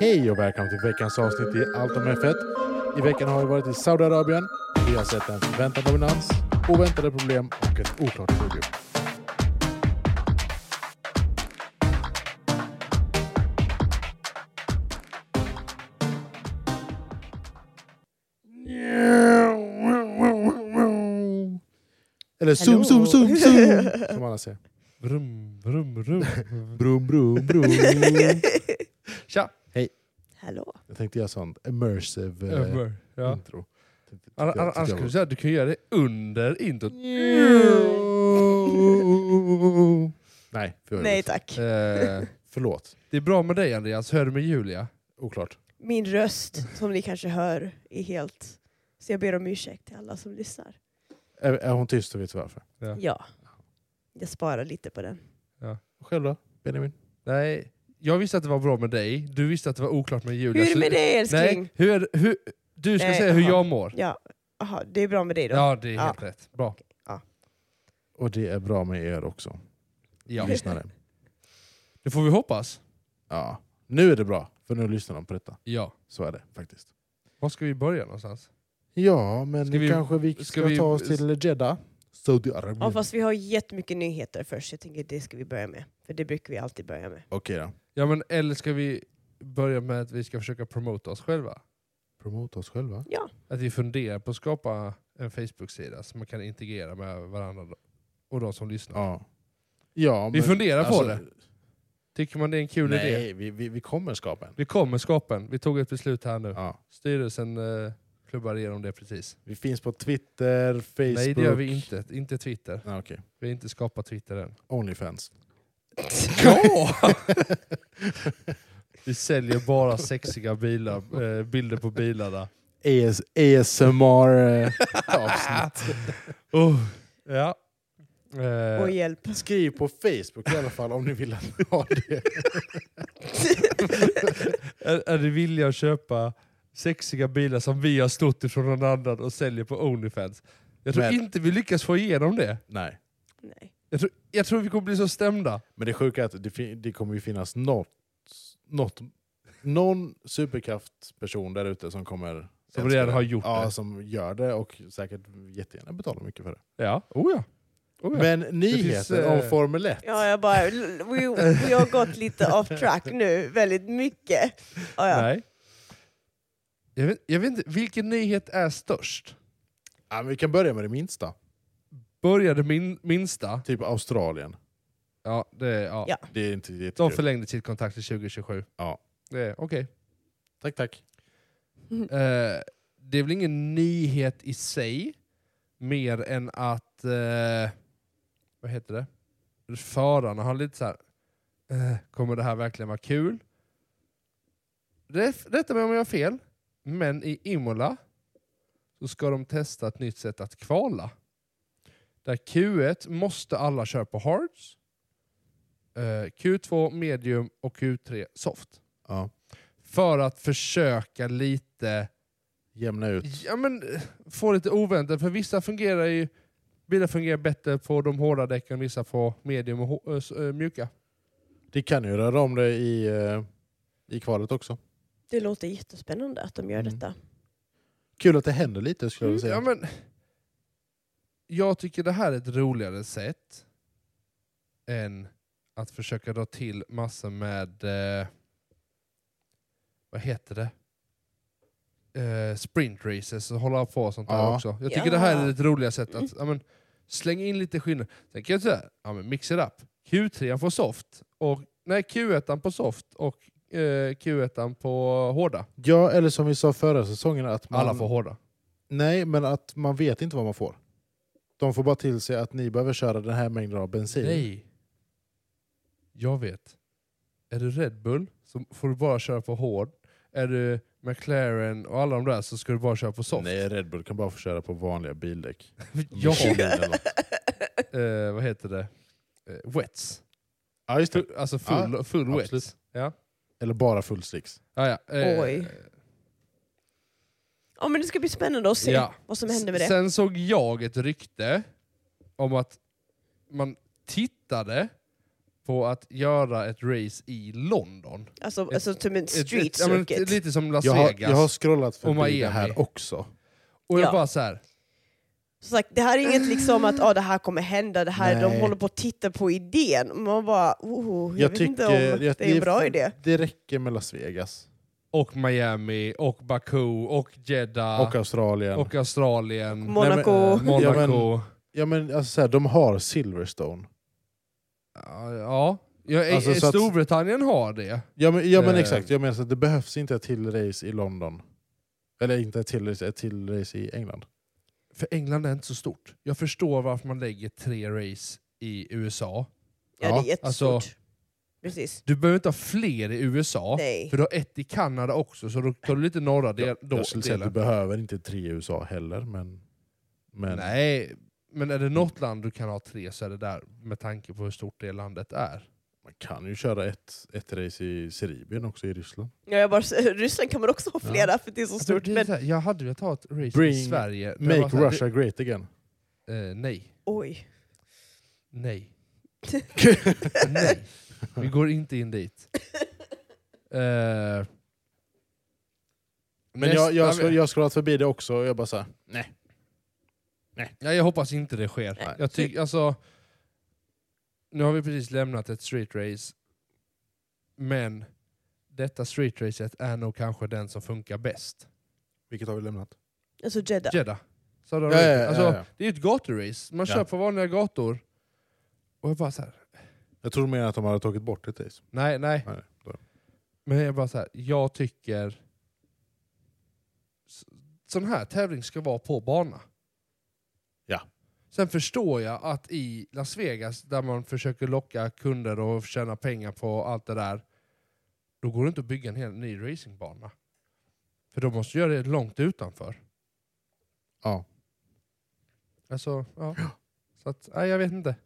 Hej och välkommen till veckans avsnitt i Allt om F1. I veckan har vi varit i Saudiarabien. Vi har sett en förväntad dominans, oväntade problem och ett oklart podium. Eller zoom, zoom, zoom, zoom! Som alla säger. Brum, brum, brum. brum, brum, brum. Tja! Hej! Hallå. Jag tänkte göra sånt immersive eh, Över, ja. intro. Tyckte- tyckte Ann- jag- ann- tyckte Annars jag kan var- du säga att du kan göra det under introt. Oh. Nej, för Nej tack. Eh, förlåt. det är bra med dig Andreas, hör du med Julia? Oklart. Min röst, som ni kanske hör, är helt... Så jag ber om ursäkt till alla som lyssnar. Är, är hon tyst så vet vi varför. Ja. Ja. Jag sparar lite på den. Själv då, Benjamin? Nej, jag visste att det var bra med dig, du visste att det var oklart med Julia. Hur är det så- med dig älskling? Nej, hur är det, hur, du ska Nej, säga hur jaha. jag mår. Ja. Aha, det är bra med dig då? Ja, det är Ja. helt rätt. Bra. Och det är bra med er också, Ja. lyssnare. Det får vi hoppas. Ja. Nu är det bra, för nu lyssnar de på detta. Ja. Så är det faktiskt. Var ska vi börja någonstans? Ja, men Ska vi- kanske vi ska, ska vi- ta oss till Jeddah. Saudiarabien. Ja, fast vi har jättemycket nyheter först. Jag tänker det ska vi börja med. För det brukar vi alltid börja med. Okej då. Ja, men, eller ska vi börja med att vi ska försöka promota oss själva? Promota oss själva. Ja. Att vi funderar på att skapa en Facebook-sida som man kan integrera med varandra och de som lyssnar. Ja. Ja, Vi men- funderar på alltså, det. Tycker man det är en kul idé? Nej, vi, vi, vi kommer skapa en. Vi kommer skapa en. Vi tog ett beslut här nu. Ja. Styrelsen eh, klubbar igenom det precis. Vi finns på Twitter, Facebook. Nej, det gör vi inte. Inte Twitter. Ah, Okej. Vi har inte skapat Twitter än. Onlyfans. Ja! vi säljer bara sexiga bilar, eh, bilder på bilarna. AS, ASMR-avsnitt. Oh, ja. Eh, Och hjälp. Skriv på Facebook i alla fall om ni vill att vi har det. Är, är det vilja att köpa sexiga bilar som vi har snott ifrån någon annan och säljer på Onlyfans? Jag tror Men- inte vi lyckas få igenom det. Nej. Nej. Jag tror, jag tror vi kommer bli så stämda. Men det sjuka är att det, fin- det kommer ju finnas något, något, någon superkraftperson där ute som kommer... Som redan har gjort ja, det. som gör det och säkert jättegärna betalar mycket för det. Ja, oh ja. Oh ja. Men nyheter finns, eh, om Formel 1. Ja, jag bara... Vi, vi har gått lite off track nu. Väldigt mycket. Ja, ja. Nej. Jag vet, jag vet inte, vilken nyhet är störst? Ja, men vi kan börja med det minsta. Började min, minsta? Typ Australien. Ja, det, är- ja. Ja. Det är inte De jättekul. förlängde sitt kontrakt till 2027. Ja. Det är Okej. Tack, tack. Eh, det är väl ingen nyhet i sig, mer än att... Eh, vad heter det? Förarna har lite så här... Eh, kommer det här verkligen vara kul? Rätt- Rätta mig om jag har fel, men i Imola så ska de testa ett nytt sätt att kvala. Där Q1 måste alla köra på hards, eh, Q2 medium och Q3 soft. Ja. För att försöka lite Jämna ut. ja, men, eh, få lite oväntat. För vissa fungerar ju bilar fungerar bättre på de hårda däcken, vissa på medium och hå- eh, s- eh, mjuka. Det kan ju röra om det i, eh, i kvalet också. Det låter jättespännande att de gör Mm. detta. Kul att det händer lite skulle jag vilja säga. Mm, Ja, men, jag tycker det här är ett roligare sätt än att försöka dra till massor med, eh, vad heter det? Eh, sprint races och hålla på och sånt där Ja. också. Jag tycker det här Ja. är ett roligare sätt att ja, men, slänga in lite skillnad. Sen kan jag säga, ja, men mix it up. Q3 på soft, och, nej Q1 på soft och eh, Q1 på hårda. Ja, eller som vi sa förra säsongen, att man, Alla får hårda. Nej, men att man vet inte vad man får. De får bara till sig att ni behöver köra den här mängden av bensin. Nej. Jag vet. Är du Red Bull så får du bara köra på hård. Är du McLaren och alla de där så ska du bara köra på soft. Nej, Red Bull kan bara få köra på vanliga bildäck. Ja, Michelin eller något. eh, vad heter det? Eh, wets. ja, just det. Full- Alltså full, full absolut. wets. Ja. Eller bara full slicks. Ja, ja. eh, Oj. Ja, men det ska bli spännande att se Ja. vad som händer med det. Sen såg jag ett rykte om att man tittade på att göra ett race i London. Alltså, Ett- alltså typ en Ett- street ett- ja, men circuit. Lite som Las Jag har, Vegas. jag har scrollat och förbi det Miami. här också. Och jag Ja. bara så här. Så sagt, det här är inget liksom att ah, det här kommer hända, det här, de Nej. håller på att titta på idén. Man bara, oh, jag, Jag vet tycker- inte om jag- det är en bra idé. Det räcker med Las Vegas Och Miami, och Baku, och Jeddah, och Australien. och Australien, Monaco. Nej, men- eh, Monaco. Ja, men, ja, men, alltså, så här, de har Silverstone. Ja, ja. Jag, Alltså, eh, så att- Storbritannien har det. Ja men, ja, men Eh. exakt, jag menar så att det behövs inte ett till race i London. Eller inte ett till race, ett till race i England. För England är inte så stort. Jag förstår varför man lägger tre race i USA. Ja, Ja, det är jättestort. alltså- Precis. Du behöver inte ha fler i USA, Nej. för du har ett i Kanada också, så då tar du lite norra del, då, jag skulle säga att du delen. behöver inte tre i USA heller, men... men Nej, men är det något land du kan ha tre så är det där, med tanke på hur stort det landet är. Man kan ju köra ett, ett race i Serbien också, i Ryssland. Ja, jag bara, Ryssland kan man också ha Ja. flera för det är så Alltså, stort. det är Men, så här, jag hade velat ha ett race i Bring- Sverige. där jag var Make så här, Russia great again. det- Eh, nej, oj. nej, nej. Vi går inte in dit. Eh, Men nästa- jag, jag, jag, jag har scrollat förbi det också och jag bara såhär, nej. Ja, jag hoppas inte det sker. Nej. Jag tycker, alltså, nu har vi precis lämnat ett street race. Men detta street racet är nog kanske den som funkar bäst. Vilket har vi lämnat? Alltså Jeddah. Jeddah. Så Ja, då- ja, ja, alltså, ja, ja. Det är ju ett gaturace. Man Ja. kör på vanliga gator. Och jag bara så här, Jag tror mer att de hade tagit bort ett race. nej, nej. Nej, då. Men jag bara så här, jag tycker... s- Sån här tävling ska vara på bana. Ja. Sen förstår jag att i Las Vegas, där man försöker locka kunder och tjäna pengar på allt det där, då går det inte att bygga en helt ny racingbana. För de måste göra det långt utanför. Ja. Alltså, ja. Så att, nej, jag vet inte.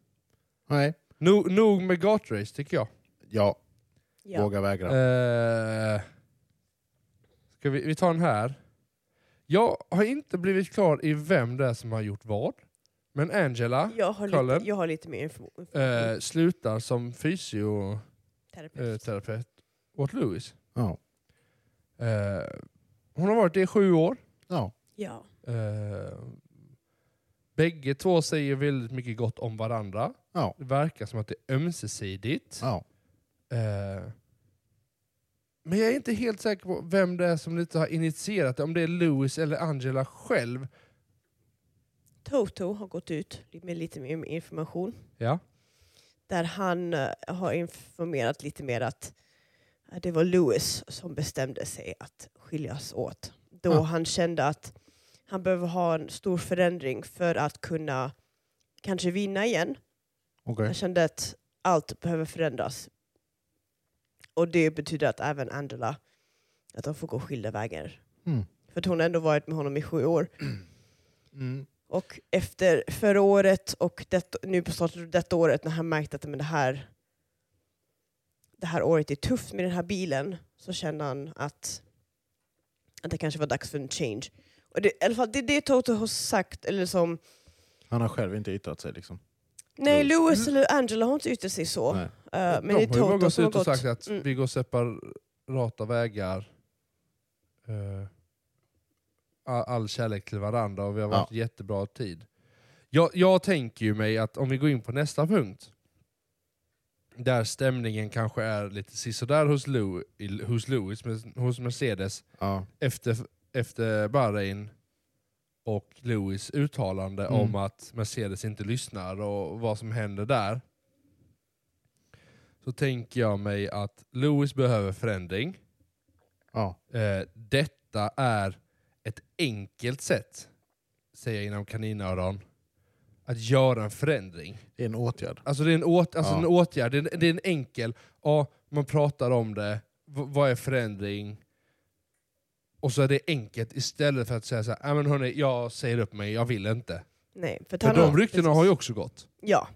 Nej. Nog, nog med gatrace tycker jag. Ja, Ja. våga vägra. Eh, ska vi, vi tar den här. Jag har inte blivit klar i vem det är som har gjort vad. Men Angela Jag, har Colin? lite, jag har lite mer info. eh, slutar som fysioterapeut Terapeut. åt Lewis. Ja. Eh, hon har varit det i sju år. Ja. Ja. Eh, bägge två säger väldigt mycket gott om varandra. Ja. Det verkar som att det är ömsesidigt. ja. Eh, Men jag är inte helt säker på vem det är som lite har initierat det. Om det är Louis eller Angela själv. Toto har gått ut med lite mer information. Ja. där han eh, har informerat lite mer att eh, det var Lewis som bestämde sig att skiljas åt. Då Ah. han kände att han behöver ha en stor förändring för att kunna kanske vinna igen. Okej. Han kände att allt behöver förändras. Och det betyder att även Angela, att de får gå skilda vägar. Mm. För att hon har ändå varit med honom i sju år. Mm. Och efter förra året och det, nu på starten av detta året när han märkte att men det, här, det här året är tufft med den här bilen så kände han att, att det kanske var dags för en change. Och det, I alla fall det är det Toto har sagt, eller som... Han har själv inte yttrat sig liksom. Nej, Lewis. Lewis eller Angela har inte uttryckt sig så. Nej. Eh, men Mm. de det är har ju Toto bara gått som har ut och gått... sagt att Mm. vi går separata vägar. Eh, a- all kärlek till varandra och vi har varit jättebra tid. Jag, jag tänker ju mig att om vi går in på nästa punkt. Där stämningen kanske är lite sisådär hos, Lou, i- hos Lewis, men hos Mercedes. Ja. efter, efter Bahrain och Lewis uttalande Mm. om att Mercedes inte lyssnar och vad som händer där. Så tänker jag mig att Lewis behöver förändring. Ja. Eh, detta är ett enkelt sätt, säger jag inom kaninöron, att göra en förändring. Det är en åtgärd. Alltså det är en, åt, alltså Ja. en åtgärd, det är en, det är en enkel, ja, man pratar om det, v, vad är förändring? Och så är det enkelt istället för att säga så här, "Nej, men hörni, jag säger upp mig, jag vill inte. Nej, för att För han de har- ryktena har ju också gått. Ja.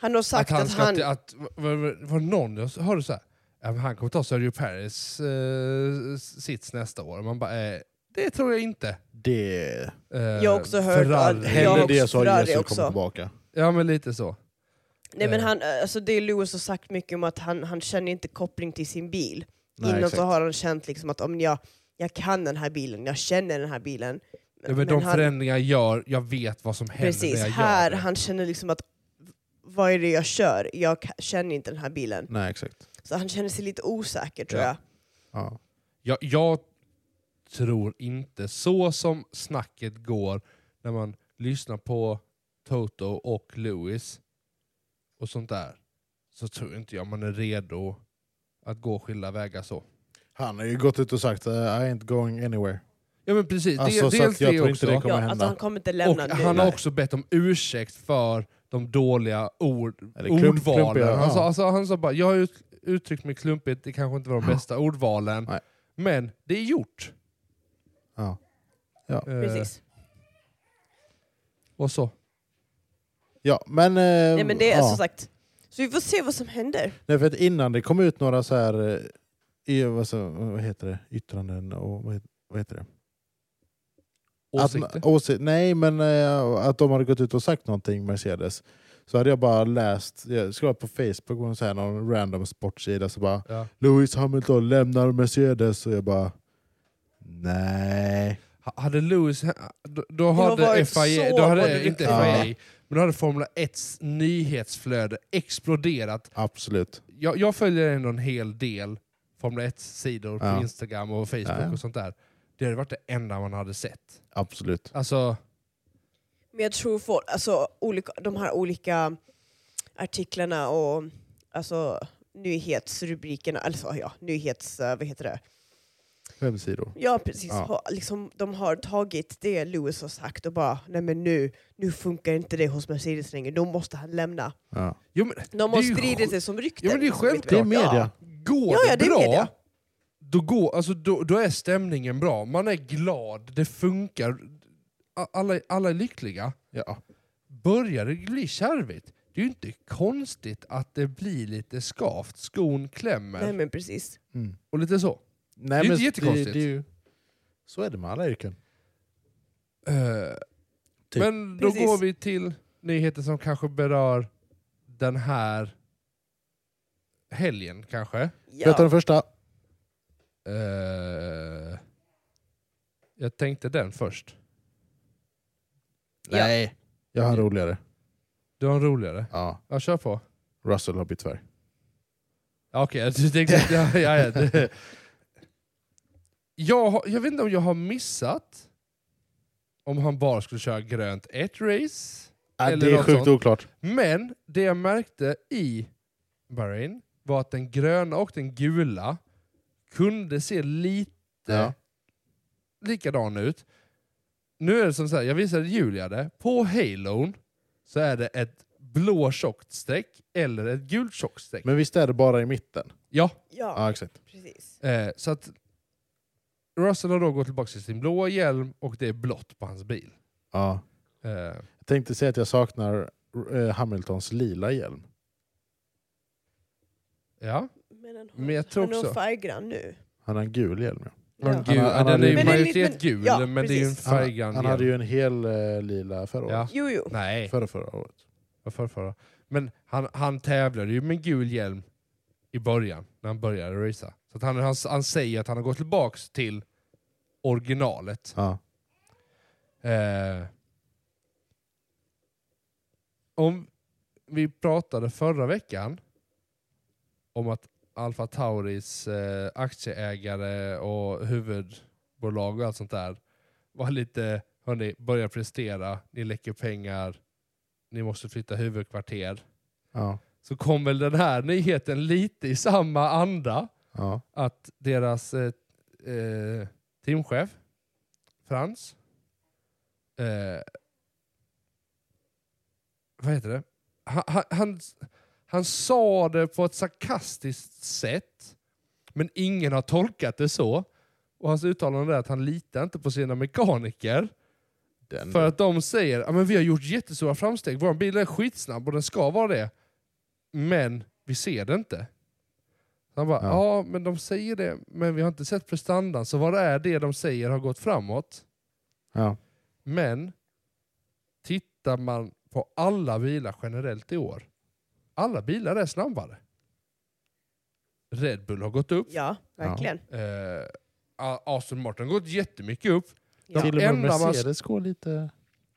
Han har sagt att han, att ska han... till- att, var, var, var det någon, jag hörde så här, "Ja, men han kommer ta Sergio Paris eh, sits nästa år. Man bara, eh, det tror jag inte. Det... Eh, Jag har också hört att- Ferrari. Jag har Händer också det så har Ferrari Jesus också. kommit tillbaka. Ja men lite så. Nej Eh. men han, alltså det Lewis har sagt mycket om att han, han känner inte koppling till sin bil. Nej, Innan exakt. så har han känt liksom att om jag, jag kan den här bilen, jag känner den här bilen. Men, de förändringar jag gör, jag vet vad som händer precis, när jag här gör det. han känner liksom att vad är det jag kör? Jag ka- känner inte den här bilen. Nej, exakt. Så han känner sig lite osäker tror Ja. jag. Ja. Jag, jag tror inte, så som snacket går när man lyssnar på Toto och Lewis och sånt där, så tror inte jag man är redo att gå skilda vägar så. Han har ju gått ut och sagt eh, I ain't going anywhere. Ja men precis, Alltså, det, så dels att jag det tror också. inte det kommer Ja, hända. alltså han kommer inte och lämna nu. han har också bett om ursäkt för de dåliga ord, Eller klump- ordvalen. klumpiga, Han, sa, ja. alltså, han sa bara, jag har ut, uttryckt mig klumpigt, det kanske inte var de bästa ordvalen, Nej. men det är gjort. Ja. Eh, Precis. och så. Ja, men... eh, Nej men det är ja. som sagt, så vi får se vad som händer. Nej, för att innan det kom ut några så här... eh, I, vad, så, vad heter det? Yttranden och vad, het- vad heter det? Åsikter. Att, åsi- nej, men eh, att de hade gått ut och sagt någonting, Mercedes. Så hade jag bara läst, jag skrev på Facebook, och så här, någon random sportsida, så bara ja. Lewis Hamilton lämnar Mercedes och jag bara nej. Ha- Hade Lewis... ha- Då, då har hade varit FIA, så då hade, både inte Ja. FIA, men då hade Formula 1s nyhetsflöde exploderat. Absolut. Jag, jag följer ändå en hel del Formula 1-sidor Ja. på Instagram och Facebook Ja, ja. och sånt där. Det hade varit det enda man hade sett. Absolut. Alltså, Men jag tror folk, alltså olika, de här olika artiklarna och alltså, nyhetsrubrikerna, alltså ja, nyhets, eh, vad heter det? Fem sidor. Ja precis, Ja. Ha, liksom, de har tagit det Lewis har sagt och bara, nej men nu, nu funkar inte det hos Mercedes längre, då måste han lämna. Ja. jo, men, De Det har är ju spridit sjuk- det som rykten. Ja, men det är liksom, självklart. Det är vet vi. Ja. media. går Ja, ja, det är bra, media. då, går, alltså, då, då är stämningen bra. Man är glad, det funkar, A- alla, alla är lyckliga. Ja. börjar det bli kärvigt, det är ju inte konstigt att det blir lite skavt. Skon klämmer Nej men precis. Mm. och lite så. Nej, Det är inte jättekonstigt. det är ju- så är det med alla yrken. Eh, Typ. Men då Precis. går vi till nyheter som kanske berör den här helgen kanske. Jag tar den Ja. första. Eh, jag tänkte den först. Ja. Nej. Jag har en roligare. Du har en roligare. Ja. Ja, kör på. Russell har bytt färg. Ja, Okej, du tänkte... Ja, ja, ja, det- jag, har, jag vet inte om jag har missat om han bara skulle köra grönt ett race. Ja, Eller Äh, det är något sjukt sånt. oklart. Men det jag märkte i Bahrain var att den gröna och den gula kunde se lite Ja. likadan ut. Nu är det som så här, jag visade Julia det. På halon så är det ett blå tjockt streck eller ett gult tjockt streck. Men visst är det bara i mitten? Ja, Ja, ja, exakt. precis. Eh, så att Russell har då gått tillbaka till sin blåa hjälm och det är blått på hans bil. Ja. Eh, Jag tänkte säga att jag saknar eh, Hamiltons lila hjälm. ja. Men han har, Men jag tror han har också- en färggrann nu. Han har en gul hjälm. Ja. Den, Ja. gul, Han- han den hade är ju- ju Men det är lite- majoritet men- gul, ja, men det är ju en precis. Han, färggrann han hade hjälm. ju en hel eh, lila förra Ja. året. Jo, jo. Nej, Förra, förra året. vad för, förra. Men han, han tävlade ju med gul hjälm i början, när han började racea. Så att han, han, han säger att han har gått tillbaka till originalet. Ja. Eh, om vi pratade förra veckan om att Alfa Tauris eh, aktieägare och huvudbolag och allt sånt där var lite, hörni, börja prestera, ni läcker pengar, ni måste flytta huvudkvarter. Ja. Så kom väl den här nyheten lite i samma anda Ja. att deras eh, eh, teamchef, Frans, eh, vad heter det? Han, han, han, han sa det på ett sarkastiskt sätt, men ingen har tolkat det så. Och hans uttalande är att han litar inte på sina mekaniker. Den. För att de säger att men vi har gjort jättestora framsteg, vår bil är skitsnabb och den ska vara det. Men vi ser det inte. Så han bara, ja. Ja. men de säger det, men vi har inte sett prestandan. Så vad är det de säger har gått framåt? Ja. Men tittar man på alla bilar generellt i år Alla bilar är snabbare. Red Bull har gått upp. Ja, verkligen. Eh, A- Aston Martin har gått jättemycket upp. Ja. Till- Till och med Enda man- Mercedes går lite...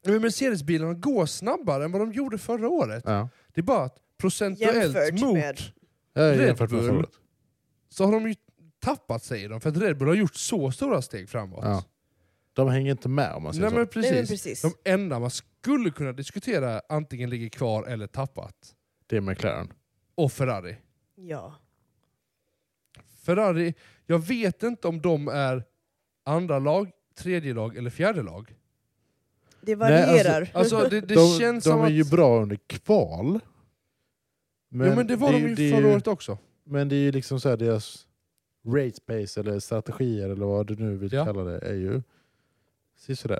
Men Mercedes-bilarna går snabbare än vad de gjorde förra året. Ja. Det är bara att procentuellt Jämfört mot med- Jag Red jämfört med Bull. förra året. så har de ju tappat sig i dem. För att Red Bull har gjort så stora steg framåt. Ja, De hänger inte med om man säger Nej, men precis. Nej, men precis. De enda man skulle kunna diskutera antingen ligger kvar eller tappat. så. Det är McLaren. Och Ferrari. Ja. Ferrari, jag vet inte om de är andra lag, tredje lag eller fjärde lag. Det Nej, alltså- varierar. Alltså det, det de känns de som är att... ju bra under kval. men, jo, men det var är de ju det är förra året också. Men det är ju liksom så här deras race pace eller strategier eller vad du nu vill Ja. kalla det är ju sisådär.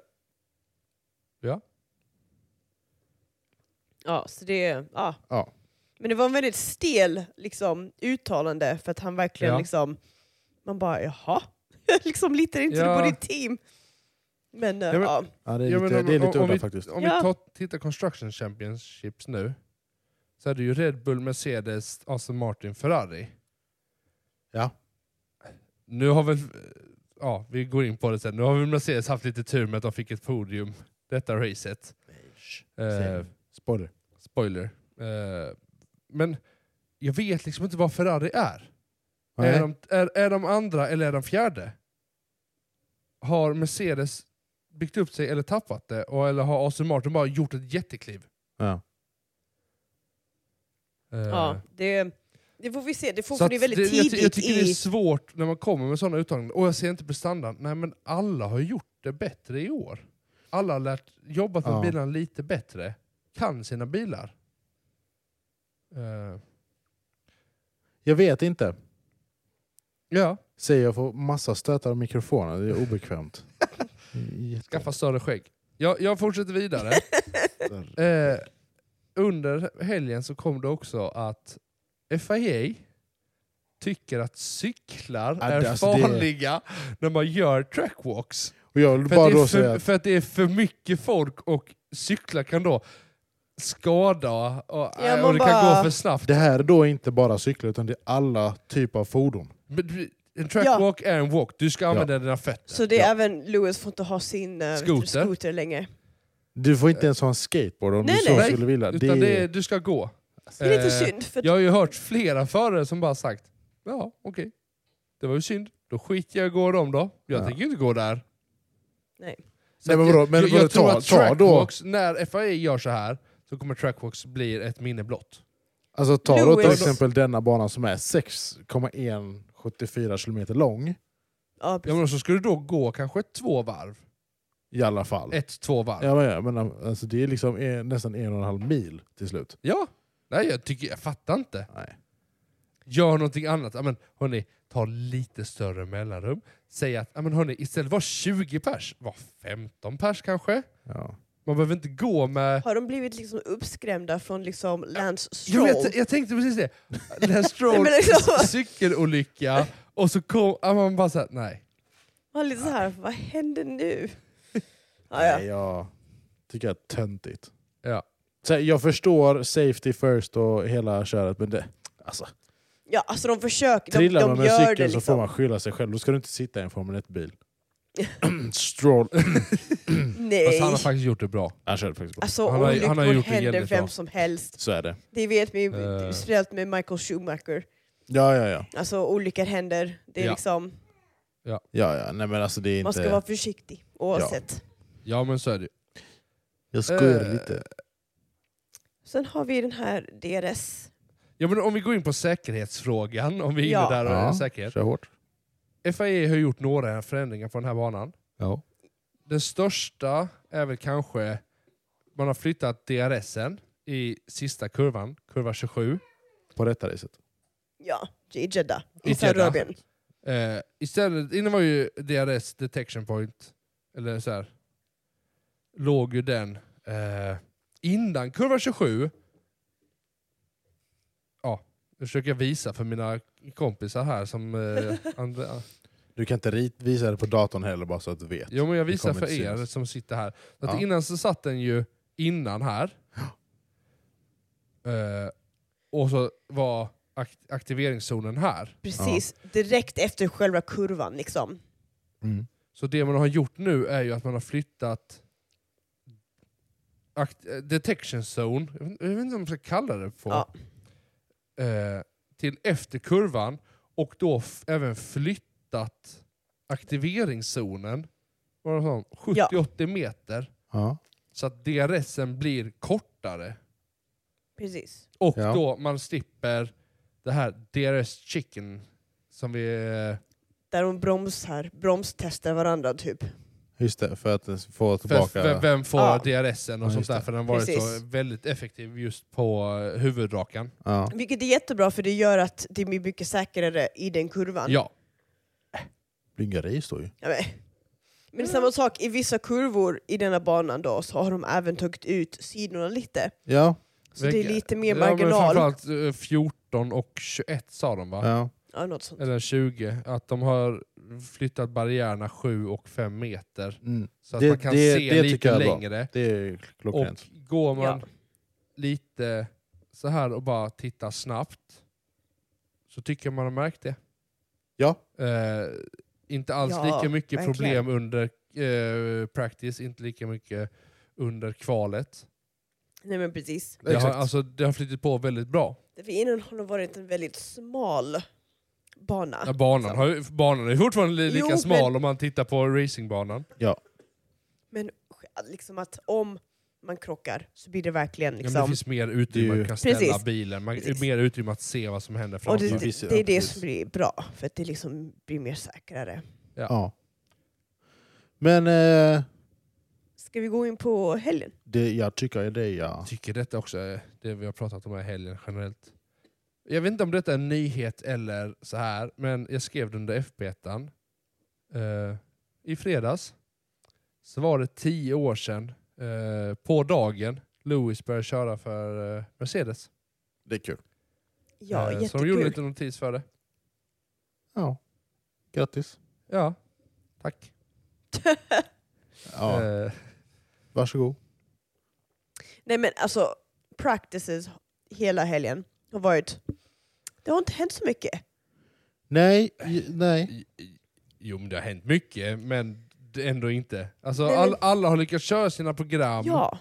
Ja, så det, ja. Ja. Men det var en väldigt stel liksom, uttalande för att han verkligen Ja. liksom... Man bara, jaha? liksom litar inte Ja. du på ditt team? Men, eh, men- ja. Ja, det är lite, Ja, men om- det är lite om- om udda vi- faktiskt. Om Ja. vi tar, tittar Construction Championships nu så är det ju Red Bull, Mercedes, Aston Martin, Ferrari. Ja. Nu har väl... Ja, vi går in på det sen. Nu har väl Mercedes haft lite tur med att de fick ett podium detta racet. Eh, Spoiler. spoiler. Eh, men jag vet liksom inte vad Ferrari är. Är Nej. de, är, är de andra eller är de fjärde? Har Mercedes byggt upp sig eller tappat det? Och, eller har Aston Martin bara gjort ett jättekliv? Ja. Eh, ja det, det får vi se. Det, får, så för det är att väldigt jag, tidigt ty- jag tycker det är i... svårt när man kommer med sådana uttalanden. Och jag ser inte prestandan. Nej men alla har ju gjort det bättre i år. Alla har lärt, jobbat med Ja. bilarna lite bättre. Kan sina bilar. Eh, Jag vet inte. ja, Säger jag får massa stötar av mikrofonen. Det är obekvämt. Jätte- skaffa större skägg. Jag, jag fortsätter vidare. Eh, under helgen så kom det också att FIA tycker att cyklar Ja, är det- alltså det- farliga när man gör trackwalks. Och jag vill För att, bara det då är säga för, att för att det är för mycket folk och cyklar kan då skada och, Ja, och man det bara- kan gå för snabbt. det här då är inte bara cyklar utan det är alla typer av fordon. Men du- En trackwalk är en walk, du ska använda dina fötter. Så det är Ja. även Lewis får inte ha sin eh, vet du, Skoter. skoter längre. Du får inte ens ha en skateboard om Nej, du så nej. skulle vilja. Det Utan det är, är, du ska gå. Det är lite Eh, synd. För att, Jag har ju hört flera förare som bara sagt ja, okej. Det var ju synd. Då skiter jag i att gå dem då. Jag Ja. tänker inte gå där. Nej. Så Nej, men att vadå? Men jag, vadå, jag tror ta- att ta då- trackwalks, när FIA gör så här så kommer trackwalks bli ett minne blott. alltså ta då till Lewis- exempel denna bana som är 6,174 kilometer lång ja, Ja, precis. men så skulle du då gå kanske två varv. i alla fall. Ett, två varv. Ja. Ja, men, jag menar, alltså, det är liksom en, nästan en och en halv mil till slut. Nej, jag, tycker, jag fattar inte. Nej. Gör någonting annat. Ja, men, hörni, ta lite större mellanrum. Säg att ja, men, hörni, istället var 20 pers, var 15 pers kanske. Ja. Man behöver inte gå med Har de blivit liksom uppskrämda från liksom Lance Jo, Stroll? jag, jag tänkte precis det. Lance Stroll, Nej, men liksom- c- cykelolycka, och så kom ja, man bara såhär, nej. Han är lite så här, vad händer nu? Ja, Ah, ja. Nej, jag tycker att det är töntigt. Ja. Så här, jag förstår safety first och hela köret, men det, alltså, ja, alltså de försöker. De, trillar man de med en gör cykel det så får liksom. man skylla sig själv. Då ska du inte sitta i en Formel 1-bil. Stroll. Nej. Fast han har faktiskt gjort det bra. Han körde faktiskt bra. Alltså Han har- olyckor han har gjort det händer jävligt vem bra. som helst. Så är det. Det vet vi, Eh. speciellt med Michael Schumacher. Ja, ja, ja. Alltså olyckor händer. Det är Ja. liksom, ja, ja. Nej, men alltså, det är inte... man ska vara försiktig oavsett. Ja men så är det ju. Jag skojar Eh, lite. Sen har vi den här DRS. Ja, men om vi går in på säkerhetsfrågan, om vi är inne Ja. där och Ja. säkerhet. Kör hårt. FIA E har gjort några förändringar på den här banan. Ja. Den största är väl kanske, man har flyttat DRSen i sista kurvan, kurva 27. På detta viset. Ja, i Jeddah. I I Saudiarabien. Eh, istället, innan var ju DRS detection point, eller så här, låg ju den eh, innan kurva 27. Ja, nu försöker jag visa för mina kompisar här som... Eh, andra, Du kan inte rit- visa det på datorn heller bara så att du vet. jo, men jag visar kommer för inte er synas. som sitter här. Så att Ja. Innan så satt den ju innan här. Eh, och så var akt- aktiveringszonen här. Precis, direkt efter själva kurvan liksom. Mm. Så det man har gjort nu är ju att man har flyttat akt- eh, detection zone, jag vet, jag vet inte om man ska kalla det för, Ja. eh, till efter kurvan och då f- även flyttat aktiveringszonen vad var det som? Ja. 70-80 meter. Ja. Så att DRSen blir kortare. Precis. Och Ja. då man slipper det här DRS chicken som vi... eh, Där de bromsar, bromstestar varandra typ. Just det, för att eh, få För, tillbaka... för, vem får Ja. DRSen och Ja, sånt just där, det. för den har varit Precis. så väldigt effektiv just på eh, huvudrakan. ja. Vilket är jättebra för det gör att det blir mycket säkrare i den kurvan. Ja. blir inga race då ju. Ja, men. Mm. Men samma sak, i vissa kurvor i denna banan då så har de även tagit ut sidorna lite. Ja. Så det är lite mer Ja, men marginal. Ja, framförallt eh, 14 och 21 sa de va? ja. något sånt. Eller 20. Att de har flyttat barriärerna 7 och 5 meter. Mm. Så att Det- man kan det- se det tycker lite jag är bra. längre. Det är Och klockrent. går man Ja. lite så här och bara tittar snabbt så tycker jag man har märkt det. Ja. Eh, inte alls Ja, lika mycket verkligen. problem under eh, practice, inte lika mycket under kvalet. Nej men precis. Det har, Exakt. alltså, det har flyttit på väldigt bra. För innan har det varit en väldigt smal bana. Ja, banan, Så. har, ju- banan är fortfarande li- lika Ah, Jo, smal men- om man tittar på racingbanan. Men liksom att om man krockar så blir det verkligen Ja, men det liksom... finns mer utrymme Det är ju- att kan ställa Precis. bilen, man, Precis. mer utrymme att se vad som händer och framför. det, Ja, det, precis, det är det precis. som blir bra, för att det liksom blir mer säkrare. Ja. Ja. Men eh, Ska vi gå in på helgen? det jag tycker är det ja. Jag tycker detta också är det vi har pratat om här i helgen generellt. Jag vet inte om detta är en nyhet eller så här, men jag skrev det under FB1. Eh, I fredags så var det tio år sedan eh, på dagen Lewis började köra för eh, Mercedes. Det är kul. Ja, Eh, så de gjorde jättekul. lite notis för det. Ja. Grattis. Ja, tack. Ja. Eh, Varsågod. Nej men alltså, practices hela helgen har varit... Det har inte hänt så mycket. Nej, j- nej. i- i- jo, men det har hänt mycket, men det- ändå inte. Alltså, Nej, men- all, alla har lyckats köra sina program. Ja,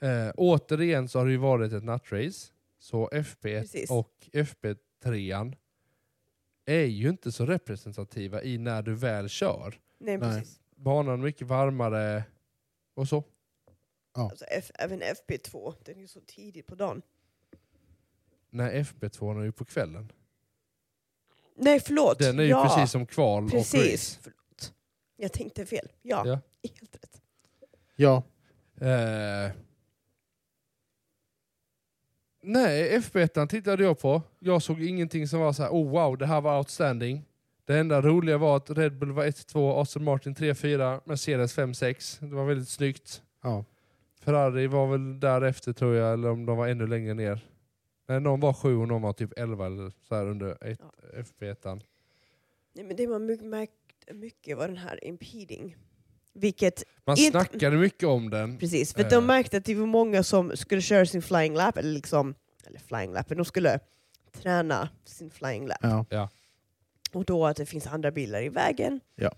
Eh, återigen så har det ju varit ett nattrace. Så FP1 Precis. och FP3 är ju inte så representativa i när du väl kör. Nej. nej, precis. Banan är mycket varmare och så. Alltså, F, även FP2, den är ju så tidigt på dagen. Nej, FP2 är ju på kvällen. Nej förlåt! Den är ju ja, precis som kval och precis. race. Förlåt. Jag tänkte fel. Ja, Ja. helt rätt. Ja. Eh, nej, FB1 tittade jag på. Jag såg ingenting som var så här, oh wow, det här var outstanding. Det enda roliga var att Red Bull var 1-2, Aston Martin 3-4, Mercedes 5-6. Det var väldigt snyggt. ja. Ferrari var väl därefter tror jag, eller om de var ännu längre ner. Nej, någon var 7 och någon var typ 11 eller så här under ett, FB1. Nej, men det man my- märkte mycket var den här impeding. Vilket, Man Inte- snackade mycket om den. precis, för Eh. de märkte att det var många som skulle köra sin flying lap, eller liksom, eller flying lap, men de skulle träna sin flying lap. ja. Och då att det finns andra bilar i vägen. Ja.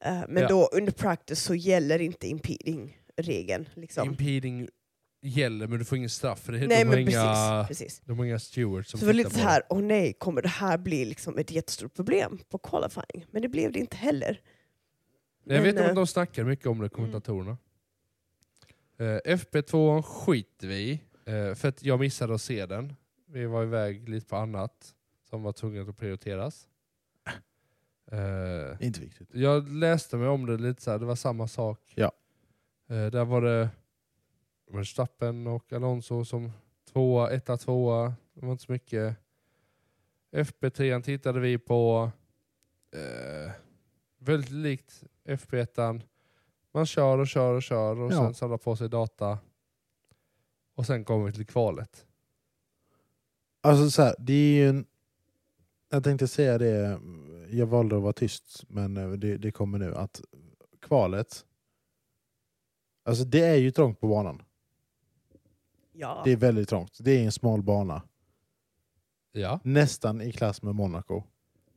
Eh, men Ja. då under practice så gäller inte impeding-regeln. Liksom. Impeding gäller, men du får ingen straff för det. Nej de, har men inga, precis. precis. de har inga stewards som Så det var tittar lite så på det. här, åh nej, kommer det här bli liksom ett jättestort problem på qualifying? Men det blev det inte heller. Nej, Men, Jag vet inte om eh, de snackar mycket om det, kommentatorerna. Eh, FP2 skiter vi i, eh, för att jag missade att se den. Vi var iväg lite på annat som var tvunget att prioriteras. Eh, Inte viktigt. jag läste mig om det lite så här, det var samma sak. Ja. Eh, där var det Verstappen och Alonso som tvåa, etta, tvåa. Det var inte så mycket. FP3 tittade vi på. Eh, väldigt likt FP1. Man kör och kör och kör och Ja. sen samlar på sig data. Och sen kommer vi till kvalet. Alltså så här, det är ju en... Jag tänkte säga det, jag valde att vara tyst, men eh, det, det kommer nu. Att kvalet, alltså det är ju trångt på banan. Ja, Det är väldigt trångt. Det är en smal bana. Ja. Nästan i klass med Monaco.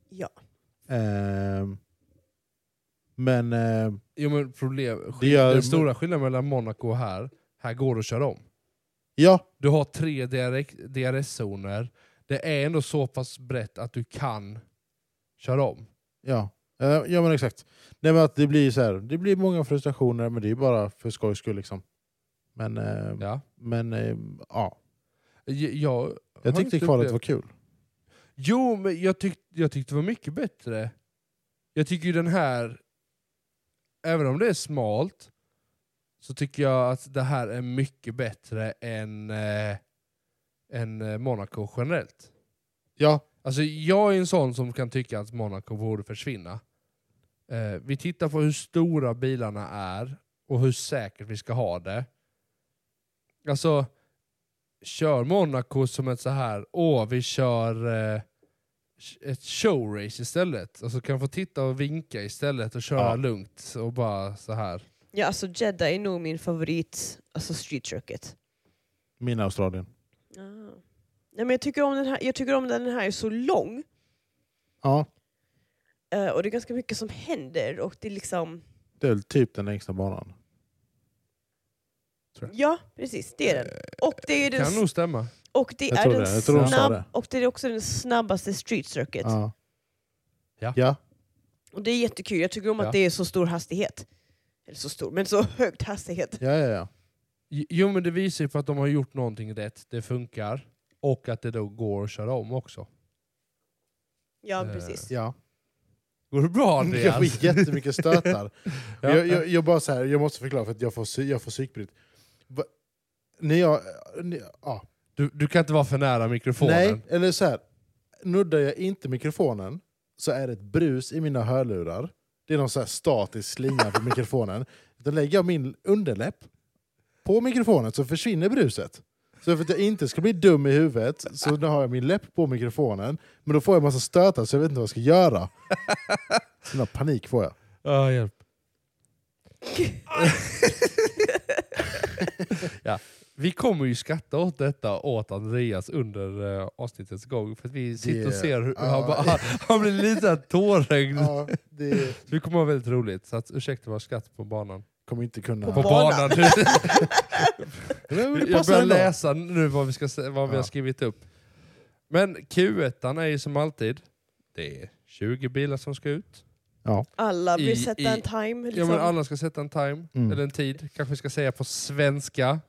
Ja. Ehm, men eh, Jo, men problem, Det gör- den stora skillnaden mellan Monaco och här, här går det att köra om. ja, Du har tre DRX DRS-zoner. Det är ändå så pass brett att du kan köra om. ja, Eh, ja men exakt. Nej, men att det, blir så här, det blir många frustrationer, men det är bara för skojs skull. Liksom. Men, eh, Ja. men eh, ja. Jag, jag, jag har tyckte inte kvalet upplevt- var kul. Jo, men jag, tyck, jag tyckte det var mycket bättre. Jag tycker ju den här, även om det är smalt, så tycker jag att det här är mycket bättre än, eh, än eh, Monaco generellt. Ja, Alltså jag är en sån som kan tycka att Monaco borde försvinna. Eh, vi tittar på hur stora bilarna är och hur säkert vi ska ha det. Alltså, kör Monaco som ett så här, åh vi kör eh, ett showrace istället. Alltså kan få titta och vinka istället och köra Ja. lugnt och bara så här. ja, alltså Jeddah är nog min favorit, alltså street circuit. min Australien. Ah. Nej, men jag, tycker om den här, jag tycker om den här är så lång Ja, eh, och det är ganska mycket som händer och det är liksom... det är väl typ den längsta banan. Ja, precis. Det är den. Och det är den, Eh, Kan s- nog stämma. och det Jag är tror den det. Jag tror de sa snabb, det. och det är också den snabbaste street circuit. Ja. Ja. ja, Och det är jättekul. Jag tycker om Ja. att det är så stor hastighet. Eller så stor, men så högt hastighet. ja, ja. ja. Jo men det visar ju på att de har gjort någonting rätt, det funkar. Och att det då går att köra om också. Ja, Eh, precis. ja. Går det bra Jag Andreas? får jättemycket stötar. Ja. jag, jag, jag, bara så här, jag måste förklara för att jag får, psy- jag får psykbryt. Va- När jag... När, ja. Du, du kan inte vara för nära mikrofonen. Nej, eller så här. Nuddar jag inte mikrofonen så är det ett brus i mina hörlurar. Det är någon så här statisk slinga på mikrofonen. Då lägger jag min underläpp på mikrofonen så försvinner bruset. Så för att jag inte ska bli dum i huvudet så nu har jag min läpp på mikrofonen. Men då får jag massa stötar så jag vet inte vad jag ska göra. Sån där panik får jag. Ja, hjälp. ja. Vi kommer ju skratta åt detta åt Andreas under eh, avsnittets gång. För att vi sitter och Det- ser hur hur ja. han, bara, han, han blir lite så här tårögd. Ja, det Det kommer vara väldigt roligt. Så att, ursäkta vår skratt på banan. kommer inte På kunna... banan! Men det Jag passar börjar ändå. läsa nu vad vi, ska, se- vad vi Ja. har skrivit upp. Men Q1 är ju som alltid, det är 20 bilar som ska ut. Alla I- vill sätta i- en time. Liksom. Ja men alla ska sätta en time, Mm. eller en tid, kanske vi ska säga på svenska.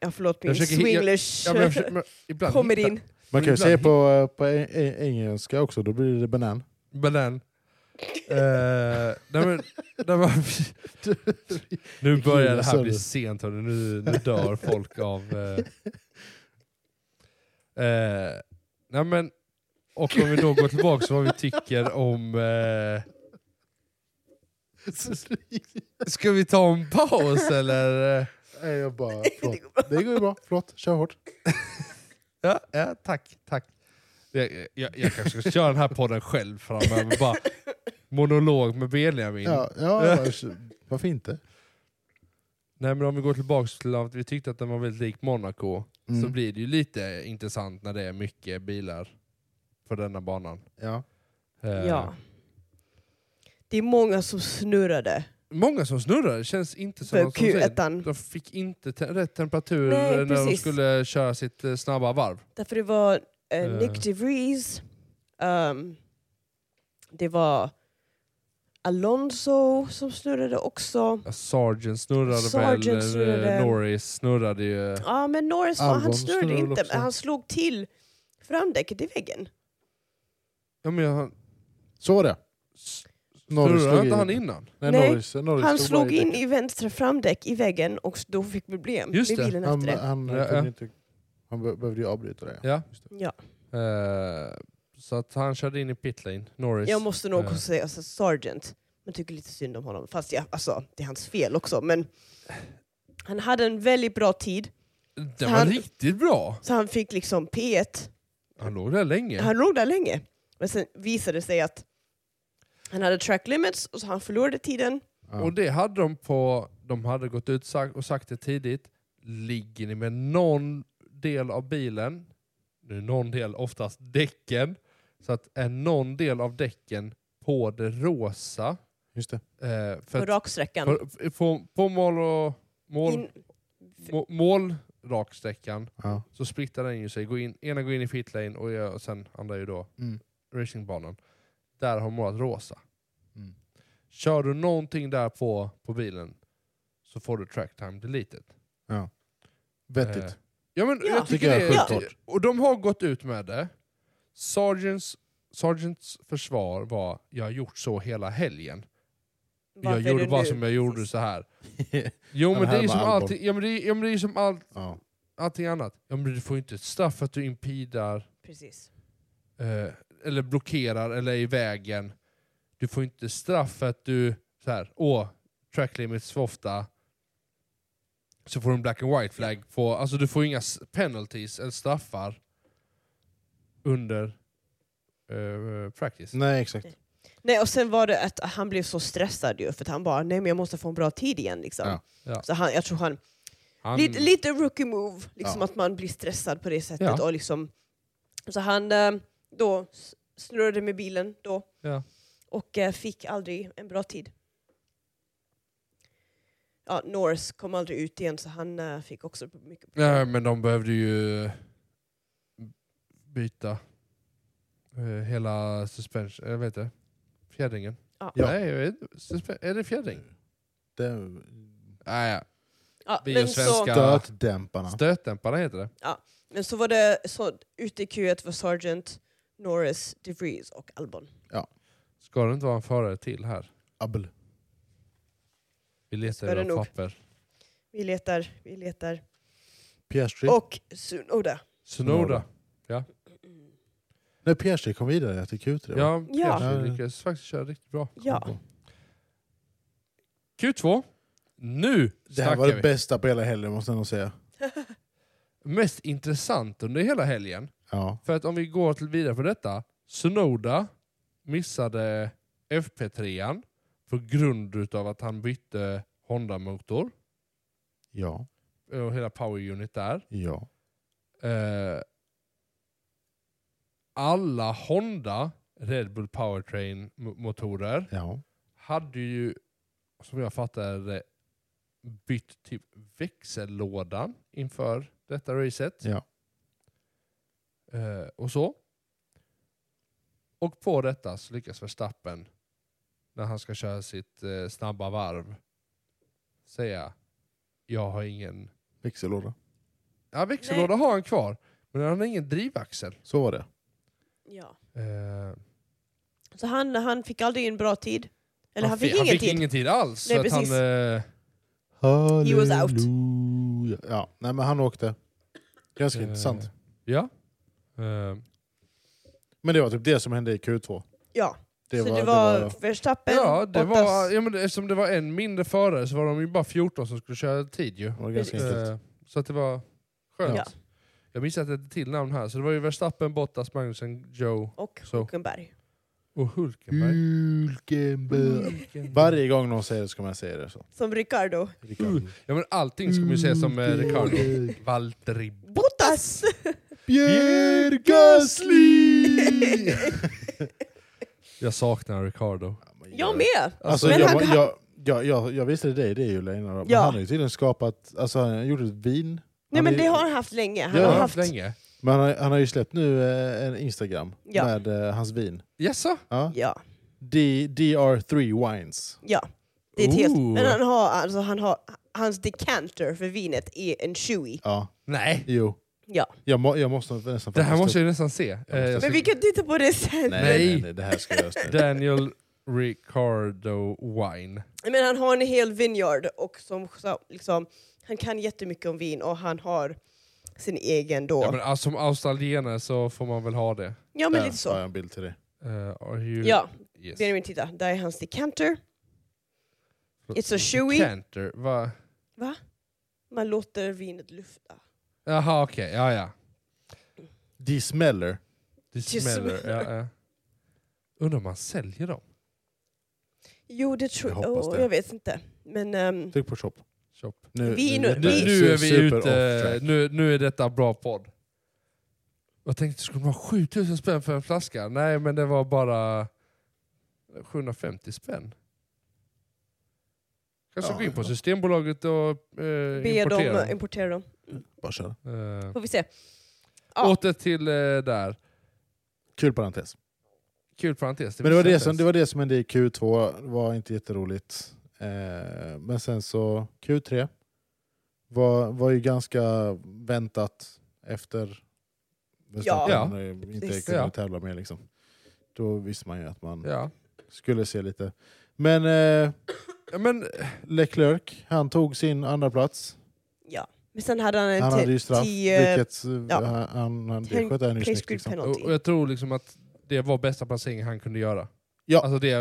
Ja, förlåt, min Jag försöker- jag- swinglish Ja, men jag försöker- men ibland kommer hittar- in. Man kan ju ibland säga på, på eng- eng- engelska också, då blir det banan. Men den... Eh, nej, men, nej, men, nu börjar det här bli sent hörni, nu, nu dör folk av... Eh, eh, nej, men, och om vi då går tillbaka till vad vi tycker om... Eh, ska vi ta en paus eller? Nej, jag bara, förlåt. Det går ju bra, förlåt. Kör hårt. Ja, ja tack, tack. Jag, jag, jag kanske ska köra den här podden själv framöver. Bara monolog med Benjamin. Ja, ja, vars- varför inte? Nej, men om vi går tillbaka till att vi tyckte att den var väldigt lik Monaco, så Mm. blir det ju lite intressant när det är mycket bilar på denna banan. Ja. Eh, Ja. Det är många som snurrade Många som snurrar, det känns inte som för att de säger- Q1. de fick inte te rätt temperatur Nej, när de precis. skulle köra sitt eh, snabba varv. Därför det var eh, Eh. Nick DeVries, ehm, det var Alonso som snurrade också. Ja, Sargent snurrade Sargent väl, eh, snurrade. Norris snurrade ju. Ja, men Norris var, Albon han snurrade snurrade inte, också. men han slog till framdäcket i väggen. Ja, men han, Så var det. Norris snurrade slog inte in. han innan? Nej, Nej, Norris, Norris Han stod bara slog in däcket. i vänstra framdäck i väggen och då fick vi problem Just med det. bilen Han, efter det. han, Ja, ja. kunde inte, han be- behövde ju avbryta det. Ja. Ja. Eh, så att han körde in i pitlane, Norris. Jag måste nog Eh. också säga alltså, Sargent. Man tycker lite synd om honom. Fast ja, alltså, det är hans fel också. Men han hade en väldigt bra tid, Den var Han- riktigt bra! så han fick liksom P1. Han låg där länge. Han låg där länge. Men sen visade det sig att han hade track limits, och så han förlorade tiden. Ja. Och det hade de på... De hade gått ut sa- och sagt det tidigt. Ligger ni med någon del av bilen nu är någon del, oftast däcken, så att är någon del av däcken på det rosa, Just det. eh, På för att, raksträckan. på, på, på mål och mål, In, må, målraksträckan Ja. så splittar den ju sig. Går in, ena går in i pit lane och, gör- och sen andra är ju då Mm. racingbanan. Där har målat rosa. Mm. Kör du någonting där på, på bilen så får du track time deleted. Vettigt. Eh, Ja, men Ja. jag tycker Tycker jag det är är sjukt hårt. Och de har gått ut med det. Sergeants, Sergeants försvar var jag har gjort så hela helgen. varför är jag gjorde det bara nu? som jag gjorde så här. Ja. Jo men, men det här var är som allvar. allting, ja, men det är, ja, men det är som all, allting annat. Ja, men du får ju inte ett straff för att du impidar Precis. eh, eller blockerar eller är i vägen. Du får inte straff för att du så här, åh, track limits för ofta. Så får du en black and white flag. På, alltså du får inga s- penalties eller straffar under eh, practice. Nej, exakt. Nej, och sen var det att han blev så stressad ju för att han bara, nej men jag måste få en bra tid igen liksom. Ja. Ja. Så han, jag tror han, Han, lite, lite rookie move, liksom Ja. att man blir stressad på det sättet. Ja. Och liksom, så han eh, då s- snurrade med bilen då Ja. och eh, fick aldrig en bra tid. Ja, Norris kom aldrig ut igen så han eh, fick också mycket Nej, men de behövde ju byta eh, hela suspension, eller vad heter det? Fjädringen? Ja. Ja. Nej, jag vet inte. Suspe- är det fjädring? Det, Nej, ja. Ja, vi men, och så, svenskar. Stötdämparna. Stötdämparna heter det. men så var det så ute i Q1 var Sargent, Norris, De Vries och Albon. Ska det inte vara en förare till här? Abel. Vi letar Ska det i våra nog. papper. Vi letar, vi letar. Piastri. Och Sunoda. Sunoda. Nej, Piastri kom vidare till Q3. va? Ja, Ja. ja. lyckades faktiskt köra riktigt bra. Ja. Q2. Nu Det här snackar var det vi. bästa på hela helgen, måste jag nog säga. Mest intressant under hela helgen. Ja. För att om vi går till vidare på detta. Sunoda missade FP3 på grund utav att han bytte Honda-motor Ja. och hela power unit där. Ja. Eh, alla Honda Red Bull Powertrain mo- motorer Ja. hade ju, som jag fattar det, bytt typ växellådan inför detta racet. Ja. Eh, och så. Och på detta så lyckas Verstappen, när han ska köra sitt eh, snabba varv, säga jag har ingen... Växellåda. Ja, växellåda har han kvar, men han har ingen drivaxel. Så var det. Ja. Eh, Så han, han fick aldrig en bra tid. Eller han, fick han ingen fick tid. ingen tid alls. Nej, så att precis. han, eh, Halleluja. He was out. Ja. Nej, men han åkte. Ganska Eh. intressant. ja. Eh, Men det var typ det som hände i Q2. Ja. Det så var, det var, det var Verstappen, ja, det Bottas. var, ja men det, eftersom det var en mindre förare så var de ju bara 14 som skulle köra tid ju. det var ganska Precis. enkelt. Eh, Så att det var skönt. Ja. Jag missade ett till namn här, så det var ju Verstappen, Bottas, Magnusen, Joe och Så. Hulkenberg. och Hulkenberg. Hulkenberg. Varje gång någon säger det ska man säga det så. Som Ricardo. Ricardo. Ja men allting ska man ju säga som eh, Mm. Ricardo. Valtteri. Bottas! Pierre Gasly! Jag saknar Ricardo. Jag med! Alltså, Men jag, jag, han- jag, jag, jag, jag visste det det är ju innan. Men Ja. han har ju tydligen skapat, alltså han gjorde ett vin. Nej han men är- det har han haft länge. Han Ja. har Ja. haft... länge. Men han har, han har ju släppt nu eh, en Instagram Ja. med eh, hans vin. Jaså? Ja. Ja, D, DR3 Wines. ja. Det är ett helt... Ooh. Men han har, alltså, han har... Hans decanter för vinet är en chewy. Ja, Nej! jo. Ja. Jag, må, jag måste nästan Det här faktiskt måste upp- jag nästan se. Eh, måste- jag Men ska- vi kan titta på det sen. Nej, Nej. nej, nej, det här ska jag just nu. Daniel Ricardo Wine. Men han har en hel vineyard och som så, liksom... Han kan jättemycket om vin och han har sin egen då. Ja, men, alltså, som australienare så får man väl ha det. Där lite har så. jag en bild till dig. Eh, are you... Ja, Yes. Benjamin titta. Där är hans decanter. It's a shoey. Decanter, va? Man låter vinet lufta. Jaha okej, ja ja. The Smeller. Det Just smäller. Ja, ja. Undrar om man säljer dem? Jo, det tror Jag jag. hoppas Oh, det. jag vet inte. Men ehm, Tryck på shop. Shop. Nu, Vi är nu- Nu, vi- nu är vi super off ute, track. nu, nu är detta bra podd. Och jag tänkte att det skulle vara 7000 spänn för en flaska. Nej, men det var bara 750 spänn. Kanske Ja. gå in på Systembolaget och eh, Be importera. dem importera dem. Bara köra. Eh, Får vi se. Ja. Åter till eh, där. Kul parentes. Kul parentes. Men det var visste jag det, inte som, ens. det var det som hände i Q2, det var inte jätteroligt. Eh, men sen så Q3 var, var ju ganska väntat efter Verstappen eh, inte precis. kunde Ja. tävla mer. Liksom. Då visste man ju att man Ja. skulle se lite. Men eh, Ja, men, eh, Leclerc, han tog sin andra plats. Ja. Men sen hade han en Han te- hade ju straff, tio- vilket eh, ja. han, han, han, det Ten- sköt han ju place snyggt. grid Liksom. penalty. och, och jag tror liksom att det var bästa placeringen han kunde göra. Ja. Alltså det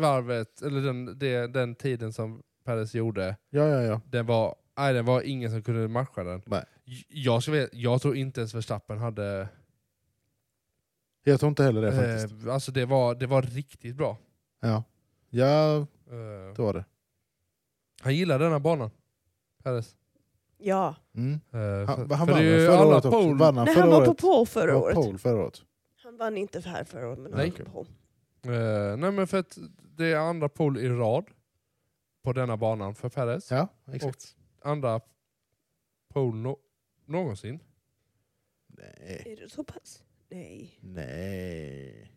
varvet, eller den, det, den tiden som Perez gjorde, Ja, ja, ja. den var, nej, den var ingen som kunde matcha den. Nej. J- Jag, ska, veta- jag tror inte ens Verstappen hade... Jag tror inte heller det faktiskt. eh, alltså det var, det var riktigt bra. Ja. ja, Eh, det var det. han gillade denna banan, Perez. Ja. Mm. Eh, Han, för- han för vann det är väl ju förra alla året också? pole- Vann han Nej, förra han var på året? pole förra Ja, året. Pole förra året. Han vann inte här förra året, men han Nej. var på pole. Eh, nej men för att det är andra pole i rad på denna banan för Perez. Ja, exakt. Andra pole nå- någonsin. Nej. Är det så pass? Nej. Nej.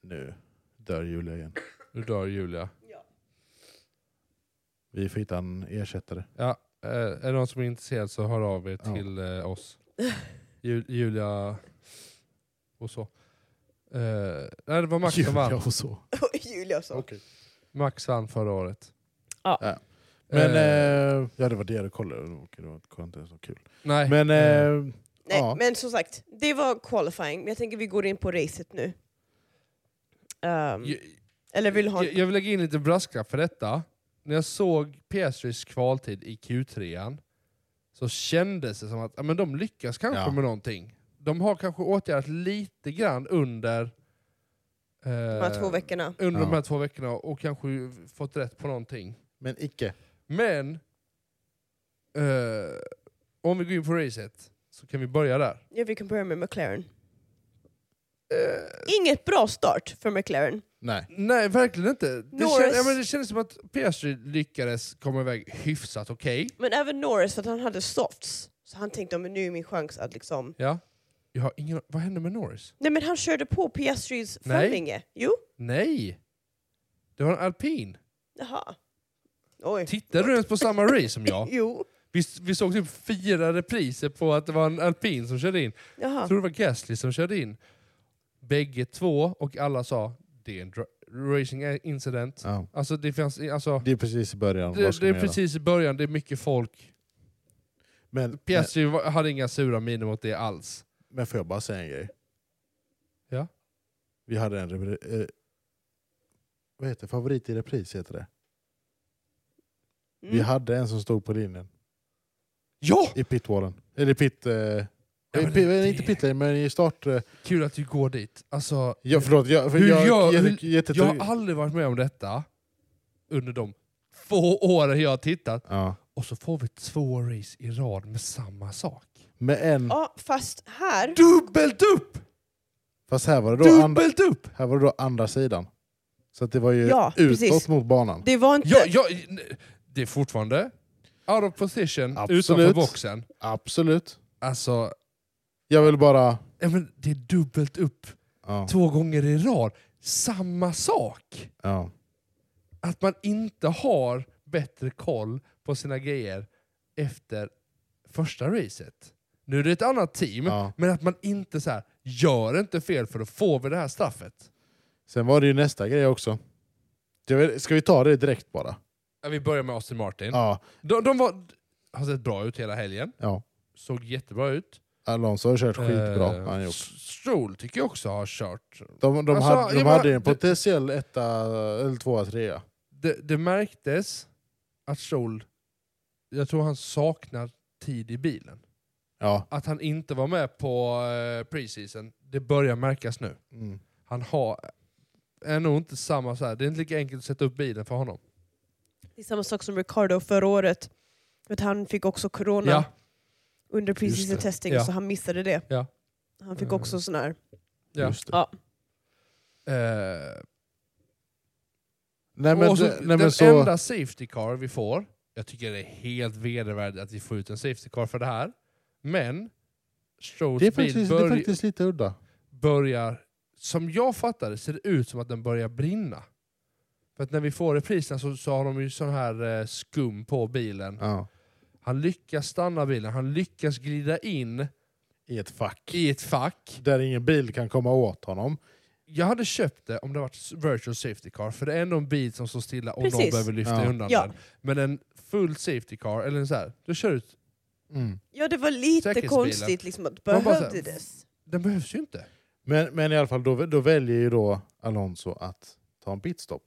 nu dör Julia igen. Nu dör Julia. Vi får hitta en ersättare. Ja, eh, är det någon som är intresserad så hör av er Ja. till eh, oss. Ju, Julia och så. Eh, nej, det var Max som vann. Eh. och så. Och Julia sa. Max vann förra året. Ja. Ja. Men, Eh, eh, ja det var det du kollade. Okej, det var det var inte så kul. nej. Men, eh, eh, Nej, Ja. men som sagt, det var qualifying. Men jag tänker vi går in på racet nu. Ehm, jag, eller vill du ha... jag, jag vill lägga in lite brasklapp för detta. När jag såg PS3s kvaltid i Q3 så kändes det som att ja, men de lyckas kanske Ja. med någonting. De har kanske åtgärdat lite grann under de eh, här två veckorna. under de Ja. här två veckorna och kanske fått rätt på någonting. men icke. Men eh, om vi går in på racet så kan vi börja där. Ja, vi kan börja med McLaren. Inget bra start för McLaren. Nej. Eh, Nej, verkligen inte. Det, Norris. kän, ja, men det kändes som att PS3 lyckades komma iväg hyfsat okej. Men även Norris, för att han hade softs. Så han tänkte, "Men nu är min chans att liksom... Ja. Jag har ingen, vad hände med Norris? Nej men han körde på Piastris Nej. framvinge. Jo, Nej! Det var en alpin. jaha. Oj. Tittar du ens på samma race som jag? Jo, Vi, vi såg typ fyra repriser på att det var en alpin som körde in. Jag jaha. tror det var Gasly som körde in. Bägge två och alla sa det är en dra- racing incident. Ja. Alltså det fanns... Alltså, Det är precis i början. Vad Det, ska det är man göra? precis i början, det är mycket folk. Men, men, Piastri var- hade inga sura miner mot det alls. men får jag bara säga en grej? Ja. Vi hade en... repri- Eh, vad heter det? Favorit i repris heter det. Vi Mm. hade en som stod på linjen. Ja! I pitwallen. Eller pit... Eh, men i pi- det- Inte pit men i start... Eh, Kul att du går dit. Alltså, ja, förlåt, jag, för Hur jag, gör- jag, hur- jag jättetog- har aldrig varit med om detta under de få åren jag har tittat. ja. Och så får vi två race i rad med samma sak. Med en... Ja, fast här... Dubbelt upp! Fast här var, det då andra, Dubbelt upp! här var det då andra sidan. Så att det var ju Ja, utåt precis. mot banan. Det var inte... Ja, ja, n- det är fortfarande out of position Absolut. utanför boxen. Absolut. Alltså, Jag vill bara... ja, men det är dubbelt upp Ja, två gånger i rad. Samma sak! ja. att man inte har bättre koll på sina grejer efter första racet. Nu är det ett annat team, Ja. men att man inte så här, gör inte fel för då får vi det här straffet. Sen var det ju nästa grej också. Jag vet- Ska vi ta det direkt bara? Mm. Ja, vi börjar med Austin Martin. Ja. De, de var, har sett bra ut hela helgen, ja. såg jättebra ut. Alonso har kört skitbra. Eh, han har gjort. Stroll tycker jag också har kört. De, de, Alltså, hade, de jag bara- hade ju en potentiell etta, eller tvåa, trea. Det, det märktes att Stroll, jag tror han saknar tid i bilen. Ja. Att han inte var med på eh, preseason, det börjar märkas nu. Mm. han har är nog inte samma så här. Det är inte lika enkelt att sätta upp bilen för honom. Det är samma sak som Ricardo förra året. För att han fick också corona. Ja. Och under Just preseason det. testing Ja. så han missade det. Ja. Han fick Mm. också sån här... Ja. Just det. Ja. Eh, Nej men, och så, det- nej, den men så... enda safety car vi får, jag tycker det är helt vedervärdigt att vi får ut en safety car för det här, men Strohs det, är bil faktiskt, det är börj- faktiskt lite udda. börjar, som jag fattar det, ser det ut som att den börjar brinna. För att när vi får repriserna så, så har de ju sån här eh, skum på bilen. Ja. Han lyckas stanna bilen, han lyckas glida in I ett fack. i ett fack. Där ingen bil kan komma åt honom. Jag hade köpt det om det varit virtual safety car, för det är ändå en bil som står stilla och någon Precis. behöver lyfta Ja. undan Ja. den. Men en full safety car, eller en så här, du kör ut, Mm. ja, det var lite Säkerhetsbilen. konstigt liksom, att Man bara så här, behövdes. den behövs ju inte. Men, men i alla fall, då, då väljer ju då Alonso att ta en pitstop.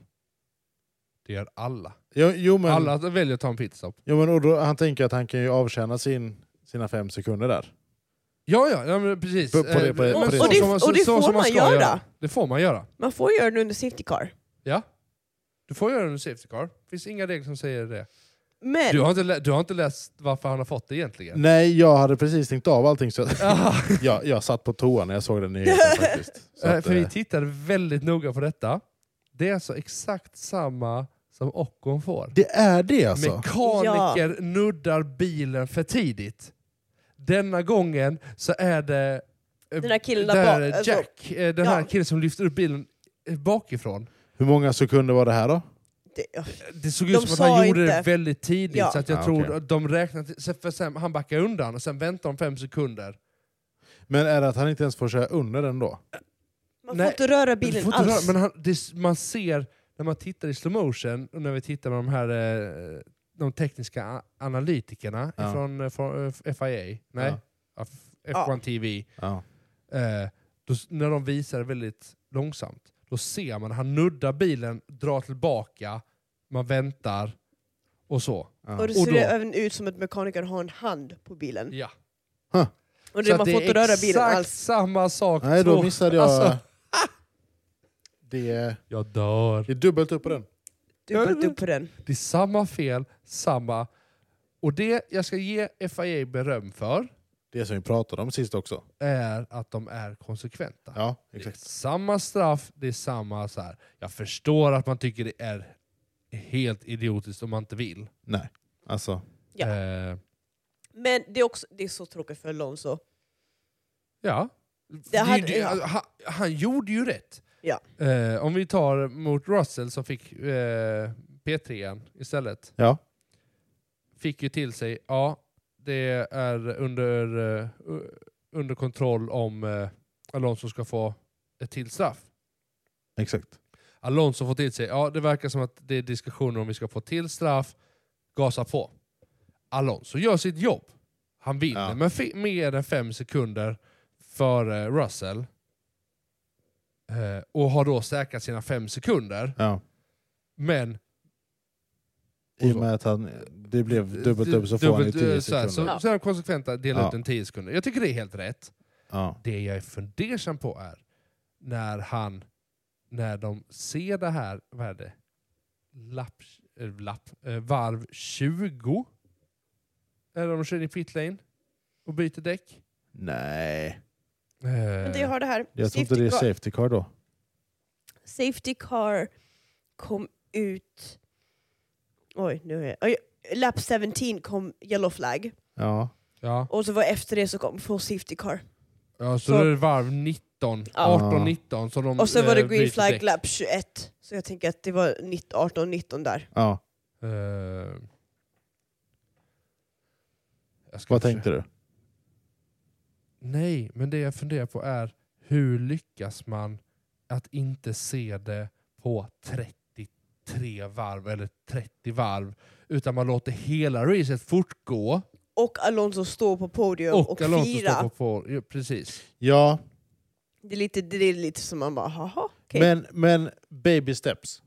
Det gör alla. Jo, jo, men, Alla väljer att ta en pitstop. jo, men och då, han tänker att han kan ju avtjäna sin, sina fem sekunder där. Ja, ja, ja men precis. På- på det- på det- Eh, på det- så Och det- som man- och det så som får man ska göra. Det får man göra. Man får göra den under safety car. Ja. Du får göra det under safety car. Det finns inga regler som säger det. Men Du har inte, lä- du har inte läst varför han har fått det egentligen. Nej, jag hade precis tänkt av allting så Ah, jag, jag satt på toa när jag såg den nyheten faktiskt. Så eh, att, För vi eh, tittade väldigt noga på detta. Det är alltså exakt samma som Ockon får. det är det alltså? Mekaniker nuddar bilen för tidigt. Denna gången så är det eh, Den här killen det där här bak- alltså- Jack, eh, den här Ja. killen som lyfter upp bilen eh, bakifrån. Hur många sekunder var det här då? det, ja, Det såg De ut som att han sa gjorde det inte. väldigt tidigt, Ja. så att jag Ah, tror okej. att de räknade... så- För sen, han backar undan och sen väntar de fem sekunder. Men är det att han inte ens får köra under den då? man Nej, får inte röra Men du bilen får inte alls. röra- men han, det, s- man ser, när man tittar i slow motion och när vi tittar med de här eh, de tekniska a- analytikerna Ja. från eh, från, eh, FIA, nej, Ja. F- F1 TV, Ja. eh, då, s- när de visar det väldigt långsamt, då ser man han nuddar bilen, drar tillbaka, man väntar och så. Ja. Och det Och ser då- även ut som att mekanikern har en hand på bilen. Ja. Och Så det, att man får inte röra bilen alls. samma sak. Nej, då två- missade jag... Alltså, Det, är- jag dör. det är dubbelt upp på den. Dubbelt upp på den. Det är samma fel, samma... Och det jag ska ge FIA beröm för Det som vi pratade om sist också. är att de är konsekventa. Ja, det är exakt. samma straff, det är samma så här. Jag förstår att man tycker det är helt idiotiskt om man inte vill. Nej, alltså. Ja. Eh, Men det är, också, det är så tråkigt för Alonso. ja. Det hade- det, ja. han, han gjorde ju rätt. Ja. Eh, om vi tar mot Russell som fick eh, P3 istället. Ja. fick ju till sig, ja, det är under, eh, u- under kontroll om eh, Alonso ska få ett till straff. Exakt. Alonso får till sig, ja det verkar som att det är diskussioner om vi ska få till straff, gasa på. Alonso gör sitt jobb. Han vinner Ja. med fi- mer än fem sekunder före Russell. Eh, och har då säkrat sina fem sekunder. Ja. Men I och med att han, det blev dubbelt upp så får dubbelt, han ju eh, 10 så här, sekunder. Så, så är de konsekventa, dela Ja. ut en 10 sekunder. Jag tycker det är helt rätt. Ja. Det jag är fundersam på är när han, när de ser det här, vad är det? Lapp, eh, lapp, eh, varv 20? Eller de kör in i pit lane och byter däck. Eh, Nej, Men det har det här. jag tror inte det är safety car då. safety car kom ut... Oj, nu är jag... Oj, lap 17 kom yellow flag. Ja. ja. Och så var efter det så kom full safety car. Mm, ja, så, Så- det är varv 19, Ja. 18-19 som de Och så var det eh, green byter flag däck. lap 21. Så jag tänker att det var 18-19 där. ja. Eh, jag ska Vad försöka- tänkte du? Nej, men det jag funderar på är hur lyckas man att inte se det på 33 varv eller 30 varv utan man låter hela racet fortgå Och Alonso står på podium och, och, Alonso fira. står på, på ja, Precis. Ja, Det, är lite, det är lite som man bara, haha, okej. men, men baby steps.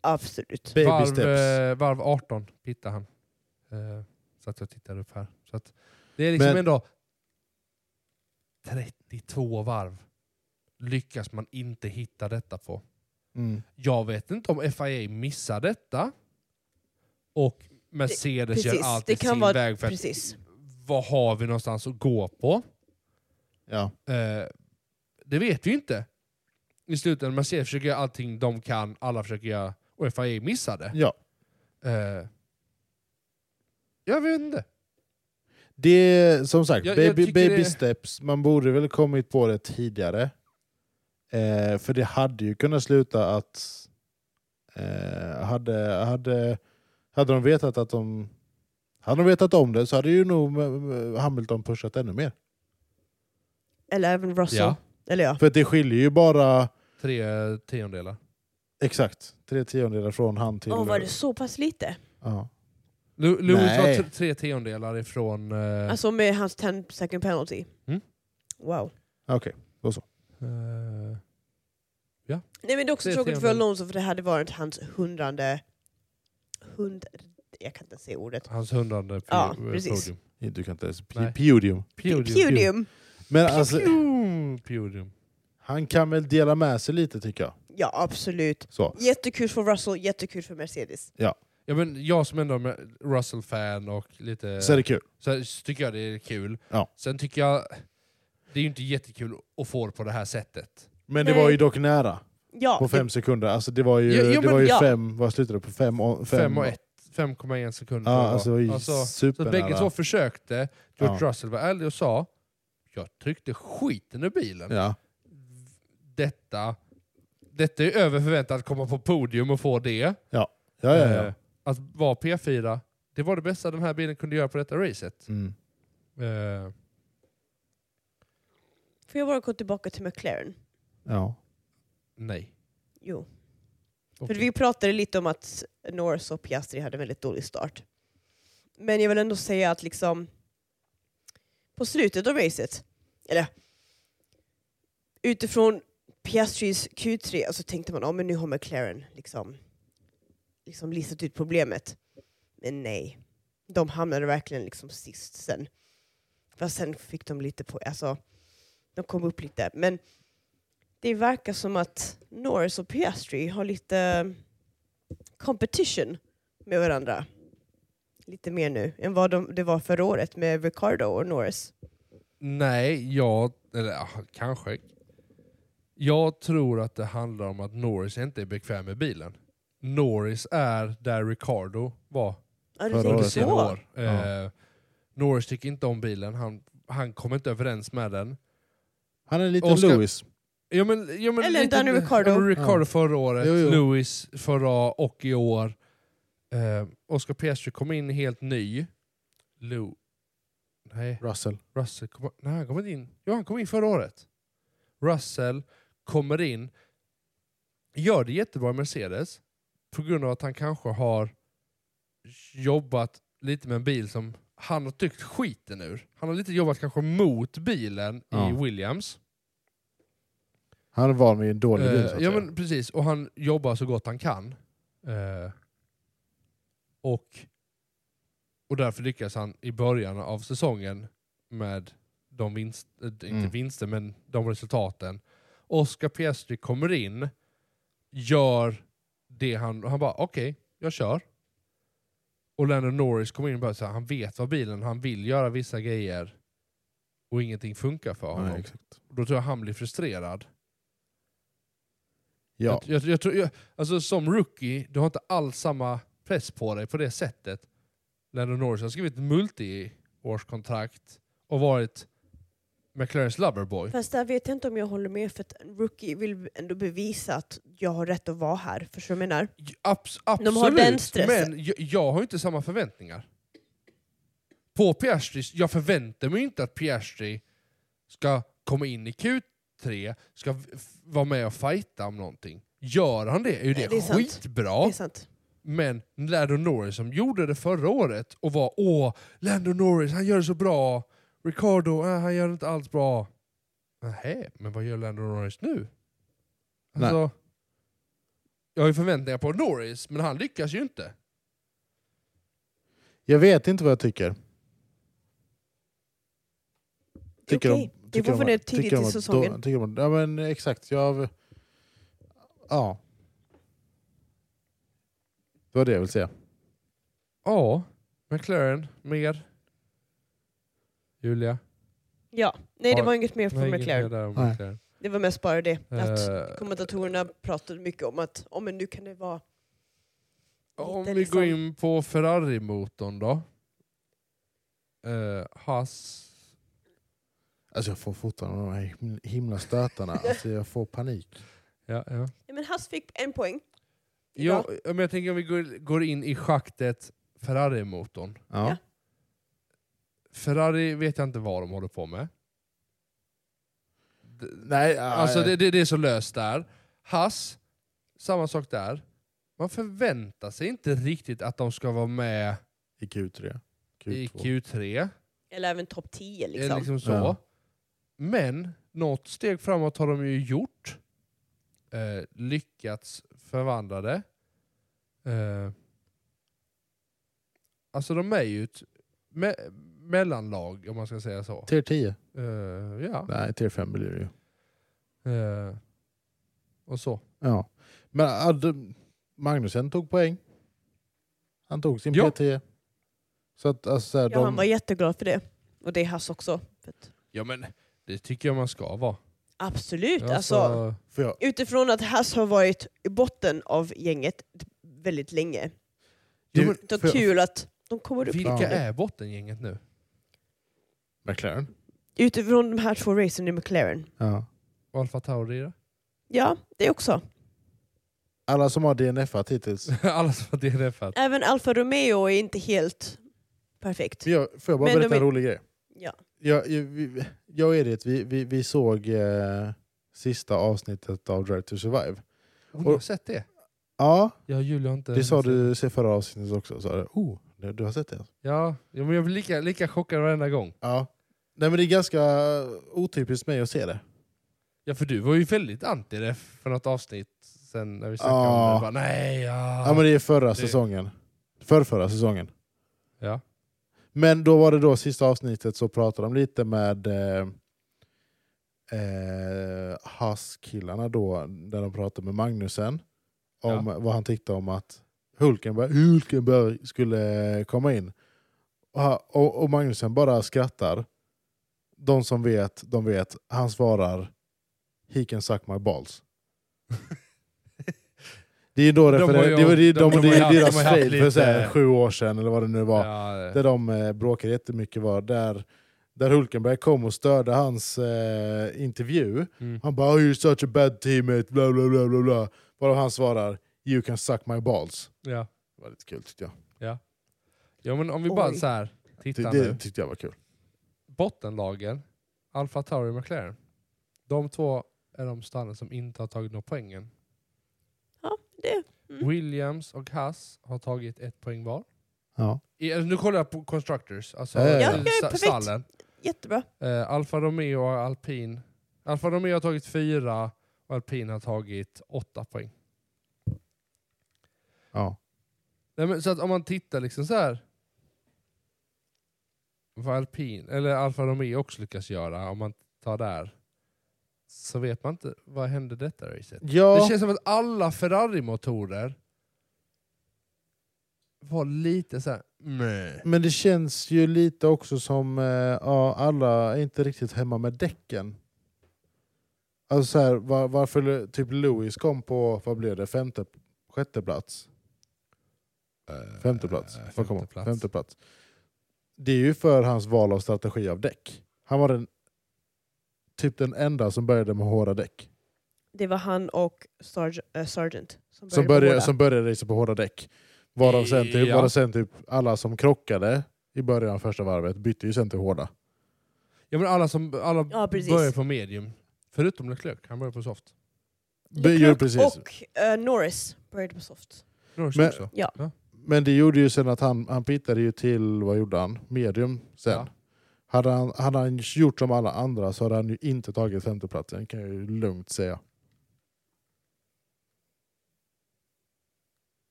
Absolut. Baby Varv, steps. eh, varv 18 hittar han. Eh, så att jag tittar upp här. Så att det är liksom Men- ändå 32 varv lyckas man inte hitta detta på. Mm. Jag vet inte om FIA missar detta och Mercedes gör precis, allt det i kan sin vara- väg för att Precis. vad har vi någonstans att gå på? Ja. Eh, det vet vi ju inte. I slutändan, man ser försöker göra allting de kan, alla försöker göra, och FIA missade. ja. Eh, jag vet inte. Det är som sagt, Jag- jag baby, tycker baby det- steps. Man borde väl kommit på det tidigare. Eh, för det hade ju kunnat sluta att... Eh, hade, hade, hade de vetat att de... Hade de vetat om det så hade ju nog eh, Hamilton pushat ännu mer. Eller även Russell. Ja. Eller ja. För att det skiljer ju bara Tre tiondelar. exakt tre tiondelar från han till... Åh, var det så pass lite? ja. Lu- Lewis var Nej. t- tre tiondelar ifrån... Eh, Alltså med hans 10 second penalty. Mm. Wow. Okej, eh, Nej men det är också Det är tråkigt för trevligt. Alonso för det hade varit hans hundrande... Hund... Jag kan inte säga ordet. hans hundrade pu- Ja, eh, precis. podium. du kan inte ens... Nej. Podium. Podium. Podium! Men alltså, Podium. Podium. han kan väl dela med sig lite tycker jag. Ja, absolut. Så. Jättekul för Russell, jättekul för Mercedes. Ja, men jag som ändå är Russell-fan och lite... Så är det kul. Så så tycker jag det är kul. Ja. Sen tycker jag... Det är ju inte jättekul att få det på det här sättet. Men det Nej. var ju dock nära. Ja, på fem sekunder. Alltså det var ju, Eh. Jo, jo, det men var ju ja. fem, vad slutade det på? Fem och, fem, 5 och ett. 5,1 sekunder. Ja, alltså det var ju Alltså, så att supernära. bägge två försökte. George Ja. Russell var ärlig och sa jag tryckte skiten ur bilen. Ja. Detta, detta är över förväntan att komma på podium och få det. Ja, ja, ja. Eh, Att vara P4, det var det bästa den här bilen kunde göra på detta racet. Mm. Eh, Får jag bara gå tillbaka till McLaren? ja. nej. Jo. Okej. För vi pratade lite om att Norris och Piastri hade en väldigt dålig start. Men jag vill ändå säga att liksom på slutet av racet, eller utifrån Piastris Q3 så tänkte man, ja men nu har McLaren liksom, liksom listat ut problemet. Men nej, de hamnade verkligen liksom sist sen. Fast sen fick de lite på, alltså de kom upp lite. Men det verkar som att Norris och Piastri har lite um, competition med varandra. Lite mer nu än vad de, det var förra året med Ricardo och Norris. Nej, jag... Eller ja, kanske. Jag tror att det handlar om att Norris inte är bekväm med bilen. Norris är där Ricardo var Ja, Förra året, du tänker under ja. senare så? år. Eh, Norris tycker inte om bilen, han, han kommer inte överens med den. Han är lite Oscar- Lewis. Ja, men, ja, men Eller lite- Daniel Ricciardo. Ja, men Ricciardo Ja. förra året, Jo, jo. Lewis förra och i år. Eh, Oscar Piastri kom in helt ny. Lou... Nej. Russell. Russell kom, nej, han kom inte in. Jo, han kom in förra året. Russell kommer in, gör det jättebra i Mercedes på grund av att han kanske har jobbat lite med en bil som han har tyckt skiten ur. Han har lite jobbat kanske mot bilen Ja. i Williams. Han är van vid en dålig bil. så Eh, att ja, säga. men precis. Och han jobbar så gott han kan. Eh, och, och därför lyckas han i början av säsongen med de vinst, eh, inte Mm. vinster, men de resultaten. Oscar Piastri kommer in, gör det han... och Han bara okej, jag kör. Och Lando Norris kommer in och bara så här, han vet vad bilen, han vill göra vissa grejer och ingenting funkar för honom. Nej, exakt. Då tror jag han blir frustrerad. Ja. Jag, jag, jag tror, jag, alltså som rookie, du har inte alls samma press på dig på det sättet. Lando Norris har skrivit multi-årskontrakt och varit McLarens loverboy. Fast där vet jag inte om jag håller med för att en rookie vill ändå bevisa att jag har rätt att vara här. Förstår du vad jag menar? J- Abs, absolut, har den stressen. men jag, jag har ju inte samma förväntningar. På Piastri, jag förväntar mig inte att Piastri ska komma in i Q3, ska v- f- vara med och fighta om någonting. Gör han det är ju Nej, det, det är sant. skitbra. Det är sant. Men Lando Norris som gjorde det förra året och var åh, Lando Norris han gör det så bra. Ricardo, äh, han gör det inte alls bra. Nähä, men vad gör Lando Norris nu? Nej. Alltså, jag har ju förväntningar på Norris, men han lyckas ju inte. Jag vet inte vad jag tycker. Det är Tycker okej. Det var från det tidigt tycker de i att- säsongen. då- tycker de, ja, men exakt. Jag, ja. Det var det jag ville säga. Ja, McLaren, mer? Julia? Ja, nej det Ja, var inget mer Nej, från inget mer McLaren. där om Nej. McLaren. Det var mest bara det att Eh, kommentatorerna pratade mycket om att oh, men nu kan det vara... Om lite vi liksom- går in på Ferrari-motorn då. Eh, Haas. Alltså jag får fortfarande de här himla- himla stötarna. Alltså jag får panik. Ja, ja. Ja, men Haas fick en poäng. Ja, men jag tänker om vi går, går in i schaktet Ferrari-motorn. Ja. Ferrari vet jag inte vad de håller på med. D- Nej, Alltså nej. det, det, det är så löst där. Hass, samma sak där. Man förväntar sig inte riktigt att de ska vara med I Q3. i Q2. Q3. Eller även topp 10 eller liksom. Liksom så. Ja. Men något steg framåt har de ju gjort. Eh, lyckats förvandla det. Eh, alltså de är ju ett me- mellanlag om man ska säga så. Tier 10? Eh, ja. Nej, tier 5 blir det ju. Eh, och så. Ja. Men hade- Magnusen tog poäng. Han tog sin Ja. P10. Så att alltså, så här, Ja, han de... var jätteglad för det. Och det är Haas också. För att- Ja men det tycker jag man ska vara. Absolut. Alltså, Alltså, För jag, utifrån att Haas har varit i botten av gänget väldigt länge. du, Så för- kul att de kommer upp. Ja. vilka är bottengänget nu? McLaren? Utifrån de här två racen i McLaren. Ja. Och Alfa Tauri då? Ja, det också. Alla som har DNF-at hittills. Alla som har DNFat. Även Alfa Romeo är inte helt perfekt. Men jag, får jag bara Men de berätta en är- rolig grej? Ja. Jag, jag, vi- jag och Edith, vi, vi, vi såg eh, sista avsnittet av Drive to Survive. Oh, ni har sett det? Ja, Ja, Julia har inte... det sa du i förra avsnittet också. Sa du, oh, du, du har sett det? Ja, ja, men jag blir lika, lika chockad varenda gång. Ja. Nej, men det är ganska otypiskt mig att se det. Ja, för du var ju väldigt anti det för något avsnitt sen när vi snackade Ja. om det. Bara, Nej, ja. Ja, men det är förra det- säsongen. Förrförra säsongen. ja. Men då var det då sista avsnittet så pratade de lite med eh, eh, Haas-killarna då, där de pratade med Magnusen om vad han tyckte om att Hulkenberg, Hulkenberg skulle komma in. Och, ha- och, och Magnusen bara skrattar. De som vet, de vet. Han svarar He can suck my balls. Det är då De har ju- referens, det var det- de- de de- har ju det är haft- de deras har ju haft fail för så här, lite- sju år sedan eller vad det nu var. ja. Där de eh, bråkade jättemycket var där, där Hulkenberg kom och störde hans eh, intervju. Mm. Han bara "Oh, “You're such a bad teammate”, bla bla bla bla bla. Varav han svarar “You can suck my balls”. Ja. Det var lite kul tyckte jag. ja, men om vi bara Oj. så här Det, tittar det nu. tyckte jag var kul. Bottenlagen, Alfa Tauri och McLaren. De två är de stallen som inte har tagit några poängen. Ja, det. Mm. Williams och Haas har tagit ett poäng var. Ja. I, alltså, nu kollar jag på Constructors, alltså Ja, ja, eh, ja. Ja, ja, sta- perfekt. stallen. Jättebra. Eh, Alfa Romeo och Alpin. Alfa Romeo har tagit fyra och Alpin har tagit åtta poäng. ja. Nej, men, så att om man tittar liksom så här. Vad Alpin, eller Alfa Romeo också lyckas göra, om man tar där. Så vet man inte, vad hände detta racet? Det ja. känns som att alla Ferrari-motorer var lite så här. Meh. Men det känns ju lite också som eh, ja, alla är inte riktigt hemma med däcken. Alltså så här, var, varför typ Lewis kom på, vad blev det, femte, sjätte plats? Femte plats. Eh, Får komma. femte plats. Femte plats. Det är ju för hans val av strategi av däck. Han var den, typ den enda som började med hårda däck. Det var han och Sarge, äh, Sargent som började, Som på började, båda. som började racea på hårda däck. Varav sen, typ, Ja. varav sen typ alla som krockade i början av första varvet bytte ju sen till hårda. Ja men alla som alla Ja, precis. börjar på medium. Förutom Leclerc, han börjar på soft. Det gjorde precis. och eh, Norris började på soft. Norris Men- också. Men det gjorde ju sen att han, han pittade ju till, vad gjorde han? Medium sen. Ja. Hade, han, hade han gjort som alla andra så hade han ju inte tagit femteplatsen, kan jag ju lugnt säga.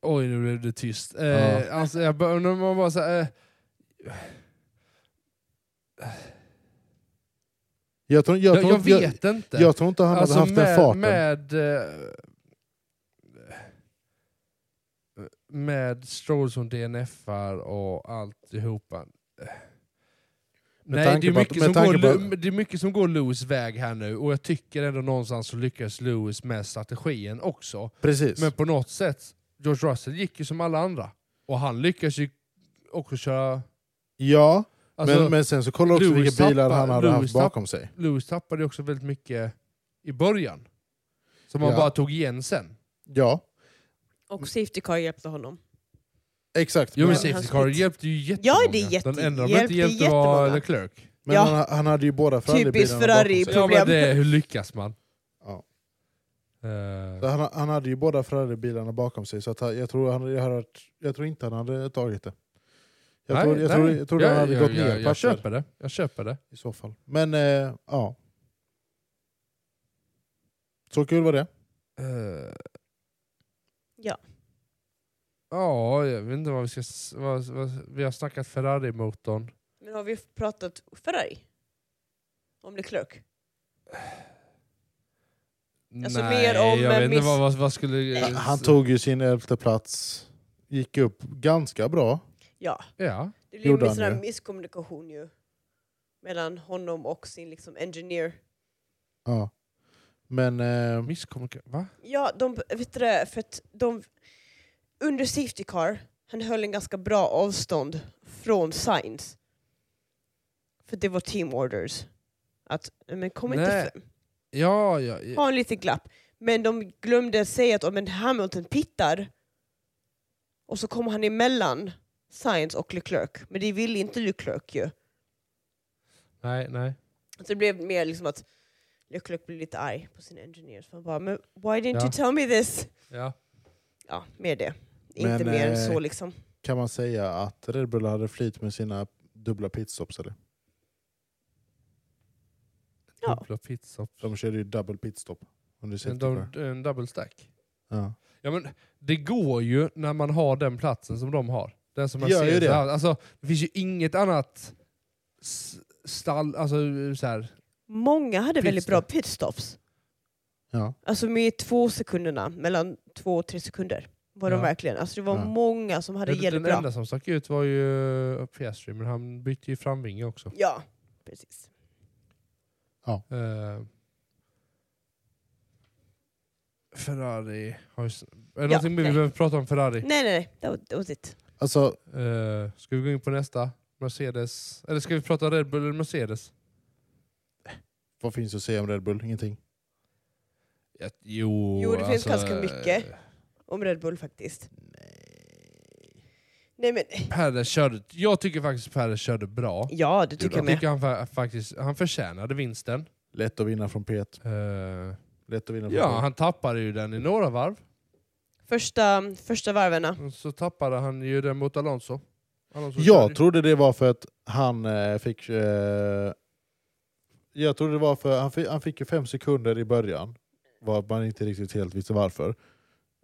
Oj, nu blev det tyst. Eh, Ja. alltså, jag bör, när man bara så här, eh, Jag, tror, jag, jag, jag, tror, jag, jag, vet inte. tror inte han alltså, hade haft den med, farten. med, eh, med Stroll som DNFar och alltihopa. Med Eh, Nej, tanke det är, på att- mycket med som tanke går, på- Lew- det är mycket som går Lewis väg här nu, och jag tycker ändå någonstans så lyckas Lewis med strategien också. Precis. Men på något sätt, George Russell gick ju som alla andra. Och han lyckas ju också köra... ja, Alltså, men, men sen så kollar också Lewis vilka bilar tappar- han hade Lewis haft tapp- bakom sig. Lewis tappade ju också väldigt mycket i början. Som han Ja. bara tog igen sen. Ja, Mm. Och Safety Car hjälpte honom. exakt. Jo men men han Safety Car skit- hjälpte ju jättemånga. Ja, det är jätte- Den enda de hjälpte inte hjälpte var jättemånga. Leclerc. men Ja. han, han hade ju båda Typiskt Ferrari-bilarna Ferrari. bakom sig. Ja men Problem. det, hur lyckas man? Ja. Eh, Så Han, han hade ju båda Ferrari-bilarna bakom sig, så att han, jag, tror han, jag, hade, jag tror inte han hade tagit det. Jag nej, tror, jag nej. tror, jag tror han Ja, hade ja, gått ja, ner Jag platser köper det. Jag köper det. i så fall. Men eh, ja. Så kul var det. Eh, Ja. Ja, jag vet inte vad vi ska... s- Vad, vad, vi har snackat Ferrari-motorn. Men har vi pratat Ferrari? Om Leclerc? Alltså, mer om, jag eh, vet miss- inte vad, vad, vad skulle... Ja, Han tog ju sin elfte plats, gick upp ganska bra. Ja. Ja. Det Gjorde blev en han sån här ju. misskommunikation ju. Mellan honom och sin liksom engineer. Ja. Men eh, Misskommunikation. Va? Ja, de, vet du det, för att de... Under Safety Car, han höll en ganska bra avstånd från Sainz. För det var team orders. Att, men kom inte Nej. för, Ja, ja, ja. ha en liten glapp. Men de glömde säga att om en Hamilton pittar och så kommer han emellan Sainz och Leclerc. Men det ville inte Leclerc ju. Nej, nej. Så det blev mer liksom att Leclerc blev lite arg på sin engineer. Så han bara, men why didn't Ja. you tell me this? Ja. Ja, mer det. Men, inte mer än eh, så liksom. kan man säga att Red Bull hade flyt med sina dubbla pitstops? Eller? Ja. Dubbla pizza. De körde ju double pitstop. Under En, safety dub, car. en double stack. ja. Ja, men det går ju när man har den platsen som de har. Den som man Gör ser ju det. Så här. Alltså, det finns ju inget annat s- stall... Alltså, så här. Många hade väldigt Pitstop. bra pitstops. Ja. Alltså med två sekunderna, mellan två och tre sekunder. Var de Ja. verkligen. Alltså det var Ja. många som hade Den, den jättebra. enda som stack ut var ju eh, Piastri, men han bytte ju framvinge också. Ja, precis. Eh, Ferrari... Har ju, s- är det någonting mer nej. vi behöver prata om Ferrari? Nej, nej, nej. That was, that was it. Alltså, Eh, ska vi gå in på nästa? Mercedes. Eller ska vi prata Red Bull eller Mercedes? vad finns att säga om Red Bull? Ingenting. Ja, jo, alltså, Jo, det finns ganska mycket. Om Red Bull faktiskt. Nej men, Perez körde, jag tycker faktiskt Perez körde bra. ja det tycker jag Jag med. tycker han, fa- faktiskt, han förtjänade vinsten. Lätt att vinna från P1. Eh, Lätt att vinna från ja, P1. han tappade ju den i några varv. Första, första varven. Och Så tappade han ju den mot Alonso. Alonso körde ju- Jag trodde det var för att han eh, fick... Eh, jag trodde det var för han fick, han fick ju fem sekunder i början, var man inte riktigt helt visste varför.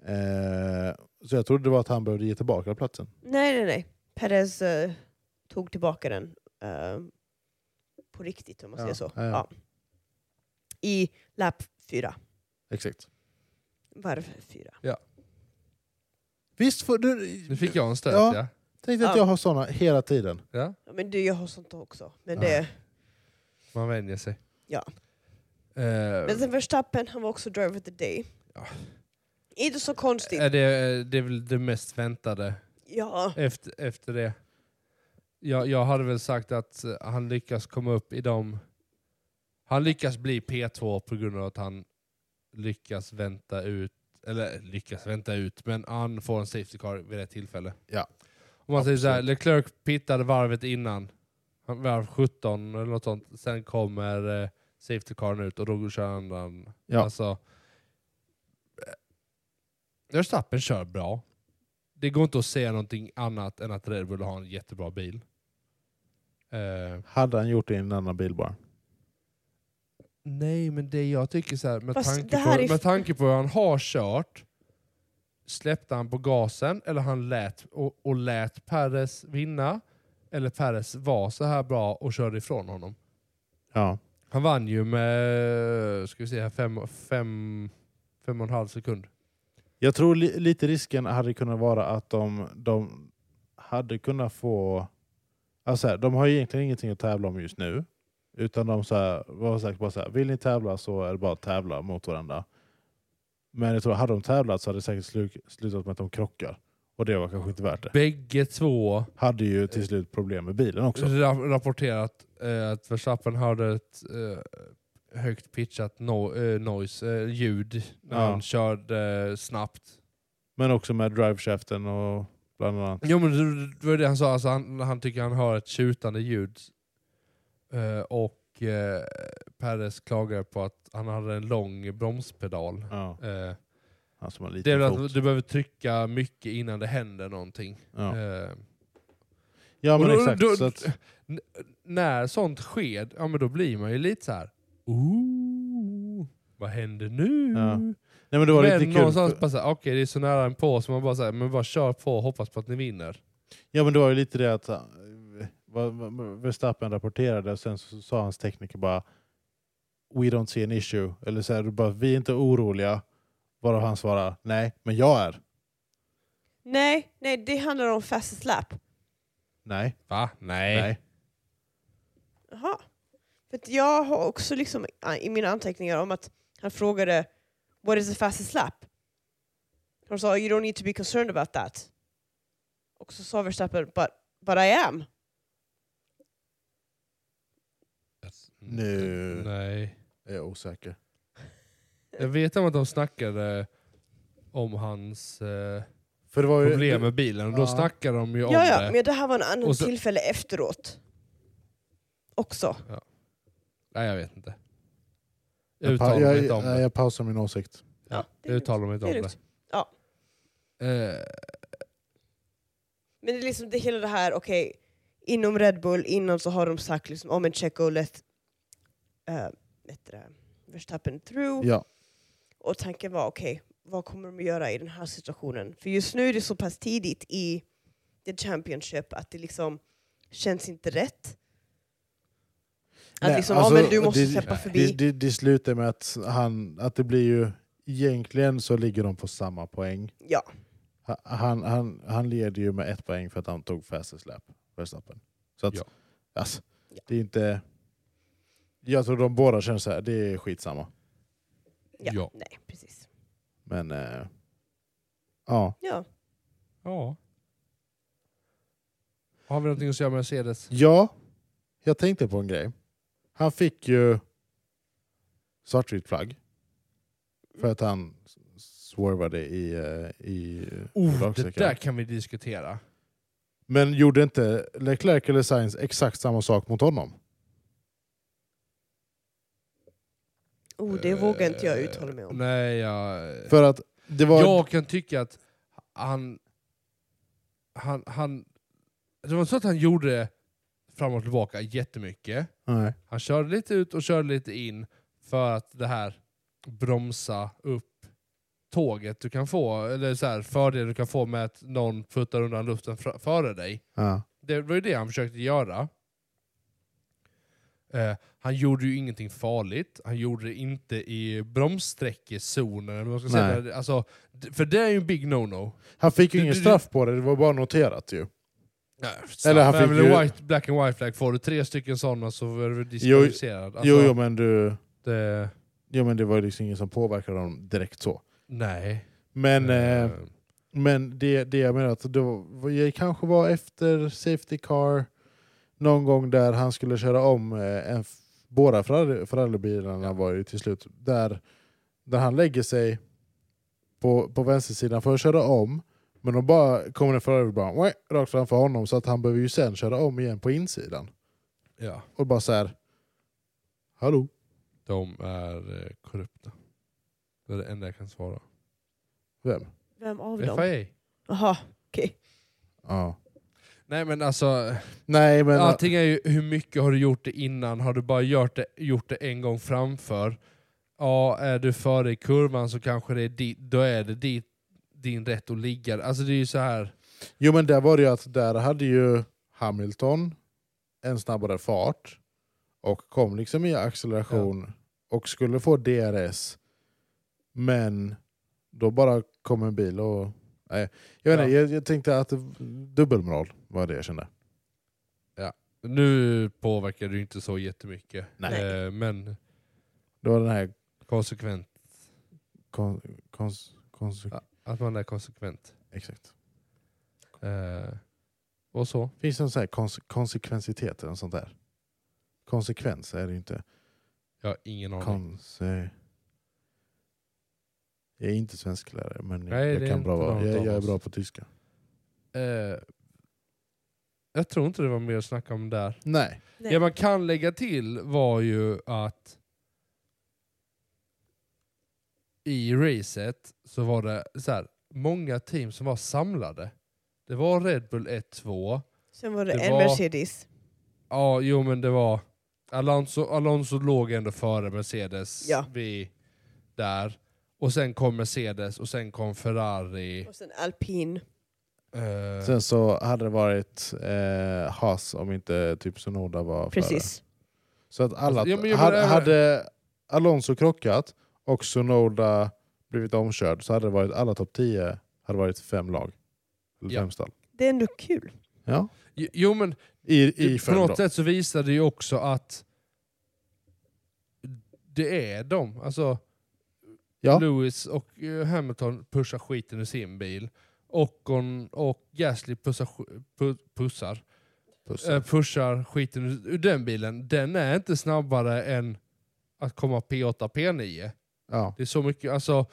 Eh, så jag trodde det var att han behövde ge tillbaka platsen. Nej, nej, nej. Perez eh, tog tillbaka den eh, på riktigt om man Ja, säger så. ja, ja. Ja. I lap fyra. Exakt. Varv fyra. Visst får du... Nu fick jag en stöt Ja. ja. Tänk att jag har såna hela tiden. ja. Ja, men du, jag har sånt också. Men, Ja. det, Man vänjer sig. Ja. Eh, men sen Verstappen, han var också driver of the day. Ja. Inte så Eh, konstigt. är det, det är väl det mest väntade Ja, efter, efter det. Jag, jag hade väl sagt att eh, han lyckas komma upp i de... Han lyckas bli P2 på grund av att han lyckas vänta ut, eller lyckas vänta ut, men han får en safety car vid det tillfälle. Ja. Om man säger så här, Absolut. Leclerc pittade varvet innan, han varv 17 eller något sånt, sen kommer eh, safety caren ut och då kör han den. Ja. Alltså, eh, Verstappen kör bra. Det går inte att säga någonting annat än att Red Bull har en jättebra bil. Eh, Hade han gjort det i en annan bil bara. nej, men det jag tycker så här, med, Fast det tanke här på, är- med tanke på hur han har kört, släppte han på gasen eller han lät, och, och lät Perez vinna? Eller Perez var så här bra och körde ifrån honom? Ja. Han vann ju med, ska vi se här, fem, fem, fem och en halv sekund. Jag tror li, lite risken hade kunnat vara att de, de hade kunnat få... Alltså, så här, de har ju egentligen ingenting att tävla om just nu. Utan de så här, var säkert bara så här, vill ni tävla så är det bara att tävla mot varandra. Men jag tror, hade de tävlat så hade det säkert sluk, slutat med att de krockar. Och det var kanske inte värt det. Bägge två Hade ju till slut problem med bilen också. ra- rapporterat eh, att Verstappen hade ett eh, högt pitchat no- eh, noise, eh, ljud när Ja. han körde eh, snabbt. Men också med driveshaften och bland annat. Jo men det- det var det han sa, alltså, han, han tycker han hör ett tjutande ljud. Eh, och uh, Perez klagade på att han hade en lång bromspedal. Ja, alltså Eh, han som har det är liten väl fot. att du behöver trycka mycket innan det händer någonting. Ja, Eh, ja och men då- exakt. då- så att, n- när sånt sker, ja men då blir man ju lite så här. Ooh, vad händer nu? Ja, nej, men det var men lite kul. någonstans För, bara såhär, okej det är så nära en på, så man bara säger men bara kör på och hoppas på att ni vinner. ja, men det var ju lite det att eh, vad- vad- Verstappen rapporterade och sen så sa hans tekniker bara We don't see an issue. Eller så här, du bara, vi är inte oroliga. Varav han svarar nej, men jag är. Nej, nej, det handlar om fastest lap. Nej, Va? Nej. nej. Jaha. För att jag har också liksom ah, i mina anteckningar om att han frågade What is the fastest lap? Han sa You don't need to be concerned about that. Och så sa Verstappen But, but I am. Nu. Mm. Nej. Jag är osäker. Jag vet om att de snackade om hans eh, För det var ju, problem med bilen, och då Ja. snackade de ju om Ja, ja, det. men det här var en annan Och så- tillfälle efteråt. Också. Nej, jag vet inte. Jag jag, uttalar pa- mig jag, inte om jag, det. jag pausar min åsikt. Ja, det är jag uttalar mig inte Det är om lugnt. det. Eh, Men det är liksom det hela det här, okej, inom Red Bull innan så har de sagt liksom, om en Checo let uh, Verstappen through. Ja. Och tanken var, okej, vad kommer de att göra i den här situationen? För just nu är det så pass tidigt i the Championship att det liksom känns inte rätt. Att Nej, liksom, alltså, ja men du måste det- släppa nej, förbi. Det, det, det slutar med att, han, att det blir ju... Egentligen så ligger de på samma poäng. Ja. Ha- Han, han, han leder ju med ett poäng för att han tog fastest lap. Verstappen. Så att, Ja. alltså, Ja. det är inte... Jag tror de båda känner så här, det är skitsamma. ja, ja. Nej, precis. Men... Eh, ja. Ja. ja. Har vi någonting att säga om Mercedes? ja, jag tänkte på en grej. Han fick ju svartvitt flagg. För att han swervade i... eh, i Oh, det lagsäcken. där kan vi diskutera. Men gjorde inte Leclerc eller Sainz exakt samma sak mot honom? Oh, det Eh, vågar inte jag uttala mig om. Nej, jag... För att det var... Jag kan tycka att han... han, han det var så att han gjorde fram och tillbaka jättemycket. Nej. Han körde lite ut och körde lite in för att det här bromsa upp tåget du kan få, eller så här, fördelen du kan få med att någon puttar undan luften fra- före dig. Ja. Det var ju det han försökte göra. Eh, han gjorde ju ingenting farligt. Han gjorde det inte i bromssträckezonen. eller vad man ska Nej. säga. Alltså, d- för det är ju en big no-no. Eh, Han fick ju Du- ingen du- straff på det, det var bara noterat ju. Eller han han fick fick ju- white, Black and white flag. Får du tre stycken sådana så är du diskvalificerad. Alltså, eh, Jo, jo, men du, Det, jo, men det var ju liksom ingen som påverkade honom direkt så. nej. Men, eh, Eh, men det, det jag menar, att det, var, det kanske var efter Safety Car, någon gång där han skulle köra om eh, en, f- båda Ferrari- Ferrari-bilarna Ja. var ju till slut, där, där han lägger sig på, på vänstersidan för att köra om, men då bara kommer en Ferrari bara, "Wah!" rakt framför honom så att han behöver ju sen köra om igen på insidan. ja, Och bara så här. Hallå? de är eh, korrupta. Det är det enda jag kan svara. Vem? Vem av dem? FIA. Jaha, okej. Ja. Nej men alltså, Nej men... eh, allting är ju hur mycket har du gjort det innan? Har du bara gjort det, gjort det en gång framför? Ja, är du före i kurvan så kanske det är dit, då är det dit, din rätt att ligga. Alltså det är ju så här. Jo men där var det ju att där hade ju Hamilton en snabbare fart och kom liksom i acceleration och skulle få DRS. Men då bara kom en bil och... Nej. Jag, vet inte, jag, jag tänkte att det- dubbelmoral var det jag kände. Ja. Nu påverkar det ju inte så jättemycket. Nej. Eh, men Då är den här konsekvent. kon, kons, kons, Ja. Att man är konsekvent. exakt. Eh, och så. Finns det någon sån här kons, konsekvensitet eller något sånt där? Konsekvens är det ju inte. Jag har ingen aning. Konse... Jag är inte svensklärare, men Nej, det jag, är kan bra, inte vara- något jag, av jag är oss. bra på tyska. Eh, jag tror inte det var mer att snacka om där. Nej. Nej. Det man kan lägga till var ju att i racet så var det så här, många team som var samlade. Det var Red Bull 1, 2. Sen var det, Det en var- Mercedes. Ja, jo men det var... Alonso, Alonso låg ändå före Mercedes Ja. vid, där. Och sen kom Mercedes och sen kom Ferrari. Och sen alpin. Eh, Sen så hade det varit eh, Haas om inte typ Sonoda var före. Precis. Så att alla... Ja, men jag hade, menar- hade Alonso krockat och Sonoda blivit omkörd så hade det varit alla topp 10 hade varit fem lag. Eller Ja. fem stall. Det är ändå kul. Ja. jo men I, i på något sätt så visar det ju också att det är de. Alltså, Ja. Lewis och eh, Hamilton pushar skiten ur sin bil. Ockon och Gasly pushar, sk- pu- pussar, eh, Pussar. pushar skiten ur- ur den bilen. Den är inte snabbare än att komma P8, P9. Ja. Det är så mycket, alltså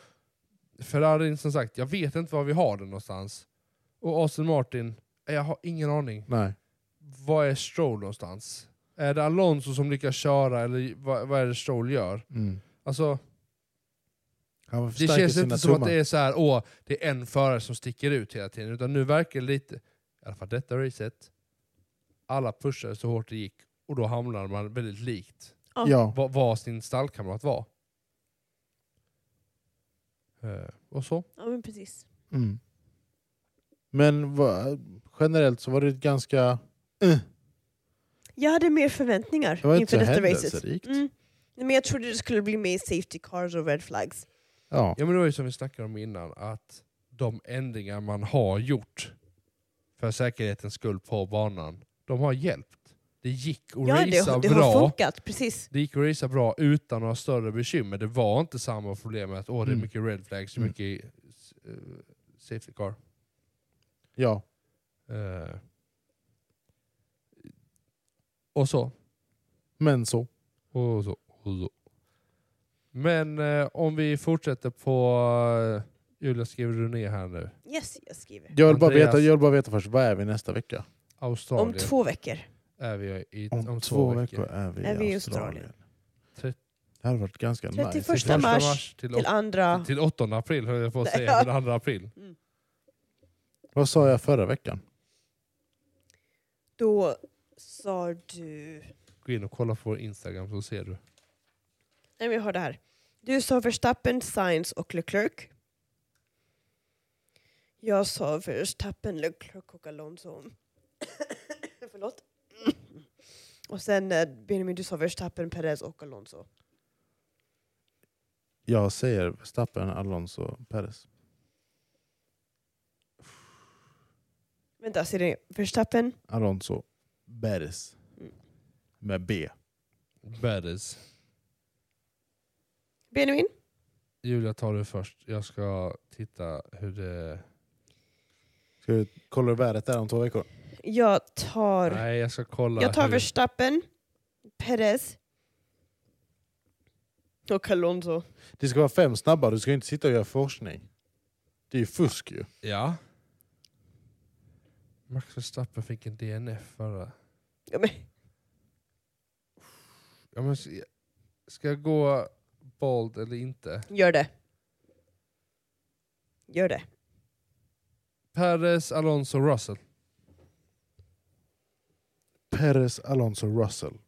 Ferrarin som sagt, jag vet inte var vi har den någonstans. Och Aston Martin, eh, jag har ingen aning Nej. var är Stroll någonstans? Är det Alonso som lyckas köra eller vad, vad är det Stroll gör? Mm. Alltså, Han det förstärker känns sina inte som att tummar. det är så här, åh, det är en förare som sticker ut hela tiden. Utan nu verkar det lite, i alla fall detta racet, alla pushade så hårt det gick och då hamnar man väldigt likt Ja. vad, vad sin stallkamrat var. Eh, och så. Ja, men precis. Mm. Men va, generellt så var det ett ganska... eh, Jag hade mer förväntningar Det var inte inför så detta racet. händelserikt. Mm. Nej, Men jag trodde det skulle bli mer safety cars och red flags. Ja. Ja men det var ju som vi snackade om innan, att de ändringar man har gjort för säkerhetens skull på banan, de har hjälpt. Det gick att Ja, det, racea det bra. har funkat. Precis. Det gick att racea bra utan några större bekymmer. Det var inte samma problem med att åh, det är Mm. mycket red flags, det är Mm. mycket eh, safety car. ja. Eh. Och så. Men så. Och så, och så. Men eh, om vi fortsätter på... Eh, Julia skriver du ner här nu. Yes, jag skriver. Jag vill, bara Andreas. veta, jag vill bara veta först, vad är vi nästa vecka? Australien. Om två veckor. är vi i, Om, två, veckor, är vi Är vi i i Australien. Tre- Det hade varit ganska 31 nice. Första Första mars till, Till åt- andra. till 8 april höll jag på att Nej, säga, ja. men 2 april. Vad sa jag förra veckan? Då sa du... Gå in och kolla på vår Instagram så ser du. Nej, men jag har det här. Du sa Verstappen, Sainz och Leclerc. Jag sa Verstappen, Leclerc och Alonso. Förlåt. Och sen eh, Benjamin, du sa Verstappen, Perez och Alonso. Jag säger Verstappen, Alonso, Perez. Vänta, ser det Verstappen? Alonso, Perez. Mm. Med B. Badass. Benjamin? Julia tar du först. Jag ska titta hur det... Ska vi kolla hur vädret är om två veckor? Jag tar, Nej, jag ska kolla jag tar hur... Verstappen, Perez och Alonso. Det ska vara fem snabba, du ska ju inte sitta och göra forskning. Det är ju fusk ju. Ja. Max Verstappen fick en DNF förra... Ja, men, Ja, men, s- ska jag gå bold eller inte? gör det. Gör det. Perez, Alonso, Russell. Perez, Alonso, Russell.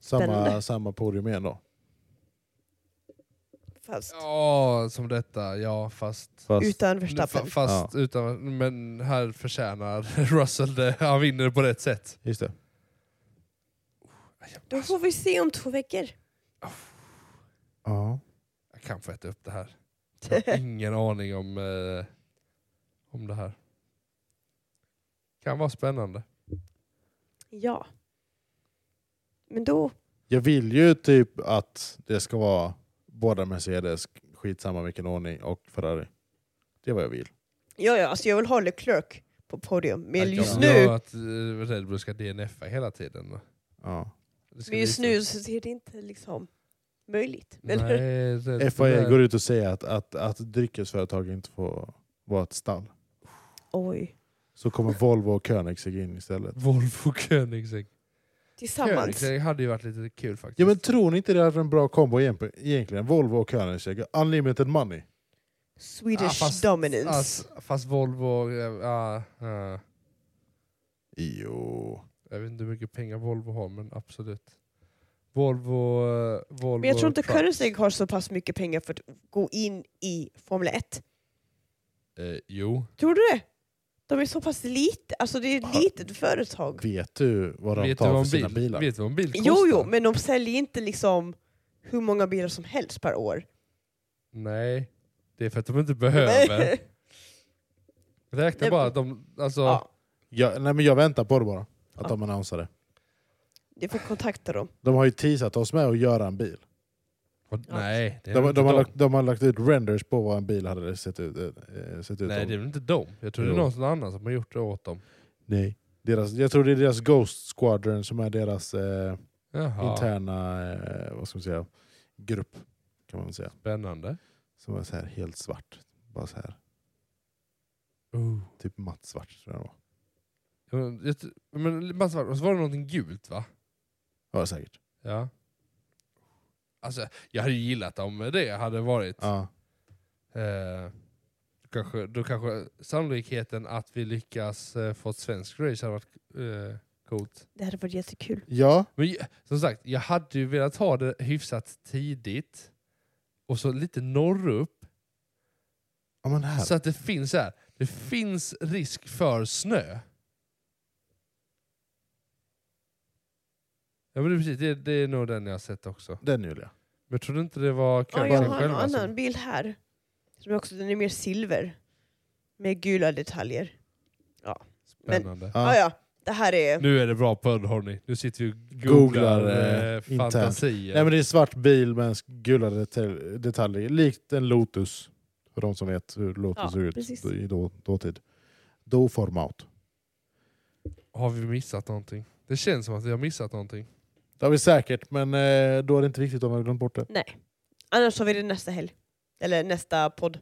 Samma, Spännande. samma podium igen då. Fast Ja, som detta. Ja, fast... Fast, utan Fa- Verstappen. Fast utan, men här förtjänar Russell det. Han vinner det på rätt sätt. just det. Då alltså. får vi se om två veckor. Ja. Jag kan få äta upp det här. Jag har ingen aning om, eh, om det här. Kan vara spännande. Ja. Men då, Jag vill ju typ att det ska vara båda Mercedes, skitsamma vilken ordning, och Ferrari. Det är vad jag vill. ja ja, alltså jag vill ha Leclerc på podium. Men Tack, just ja. nu, Ja, att eh, Red Bull ska DNFa hela tiden. Ja. Det ska men just bli- nu så ser det inte liksom möjligt. Eller? Nej, Red FIA Bull- E går ut och säger att, att, att dryckesföretag inte får vara ett stall. Oj. Så kommer Volvo och Koenigsegg in istället. Volvo Koenigsegg. Tillsammans. Koenigsegg hade ju varit lite kul faktiskt. Ja men tror ni inte det är en bra kombo egent- egentligen? Volvo och Koenigsegg. Unlimited money. Swedish Ah, fast- dominance. Alltså, fast Volvo... eh, ah, ah. Jo. jag vet inte hur mycket pengar Volvo har, men absolut. Volvo... eh, Volvo men jag tror inte Trucks. Koenigsegg har så pass mycket pengar för att gå in i Formel 1. Eh, jo. Tror du det? De är så pass lite, alltså det är ett Ja. litet företag. Vet du vad de Vet du, tar vad för en sina bil, bilar? vet du vad en bil kostar? Jo, jo, men de säljer inte liksom hur många bilar som helst per år. Nej, det är för att de inte behöver. Räkna Nej. bara att de... Alltså, ja, Ja, nej, men jag väntar på det bara. Att Ja. de annonsar det. du får kontakta dem. De har ju teasat oss med att göra en bil. och- Ja. Nej, det är De, väl de, inte har dem. lagt, de har lagt ut renders på vad en bil hade sett ut. eh, Sett ut Nej, om. det är väl inte dem. Jag tror det är Jo. någon annan som har gjort det åt dem. Nej. Deras, jag tror det är deras Ghost Squadron som är deras eh, Jaha, interna eh, vad ska man säga, grupp. Kan man säga. spännande. Som är så här helt svart. Bara så här, Oh. typ matt svart tror jag det var. Ja, Men, jag tr- men massa svart. Och så var det någonting gult va? Ja säkert. Ja. Alltså, jag hade ju gillat om det hade varit... Ja. Eh, kanske, då kanske sannolikheten att vi lyckas eh, få ett svenskt race hade varit eh, coolt. Det hade varit jättekul. ja. Men j- som sagt, jag hade ju velat ha det hyfsat tidigt. Och så lite norrup. Ja men här. Så att det finns så här. Det finns risk för snö. Ja men det är precis, det, det är nog den jag har sett också. Den Julia. Men jag trodde inte det var alltså. Ja, Koenigsegg jag alltså? har en själva annan som- bild här. Som är också, den är mer silver. Med gula detaljer. men- Spännande. Ja, ja. Det här är... Nu är det bra podd hörni. Nu sitter vi och Googlar, googlar, eh, eh, internt. fantasier. Nej men det är svart bil med gula detal- detaljer. Likt en Lotus. För de som vet hur Lotus Ja, ser ut precis. i då, dåtid. Då format. Har vi missat någonting? Det känns som att vi har missat någonting. Det har vi säkert men eh, då är det inte viktigt om vi har glömt bort det. Nej. Annars har vi det nästa helg. Eller nästa podd.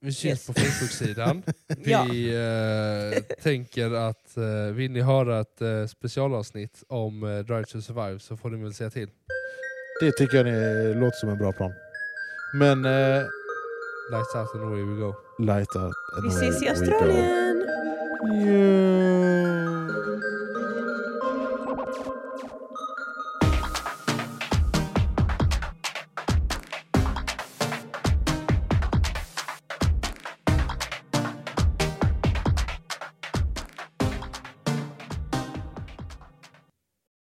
Vi syns Yes. på Facebook-sidan. Vi Ja. eh, tänker att eh, vill ni höra ett eh, specialavsnitt om eh, Drive to Survive så får ni väl säga till. Det tycker jag är, låter som en bra plan. Men eh, Lights out and away we go. light out. and Vi ses i away we go. Australien! Yeah.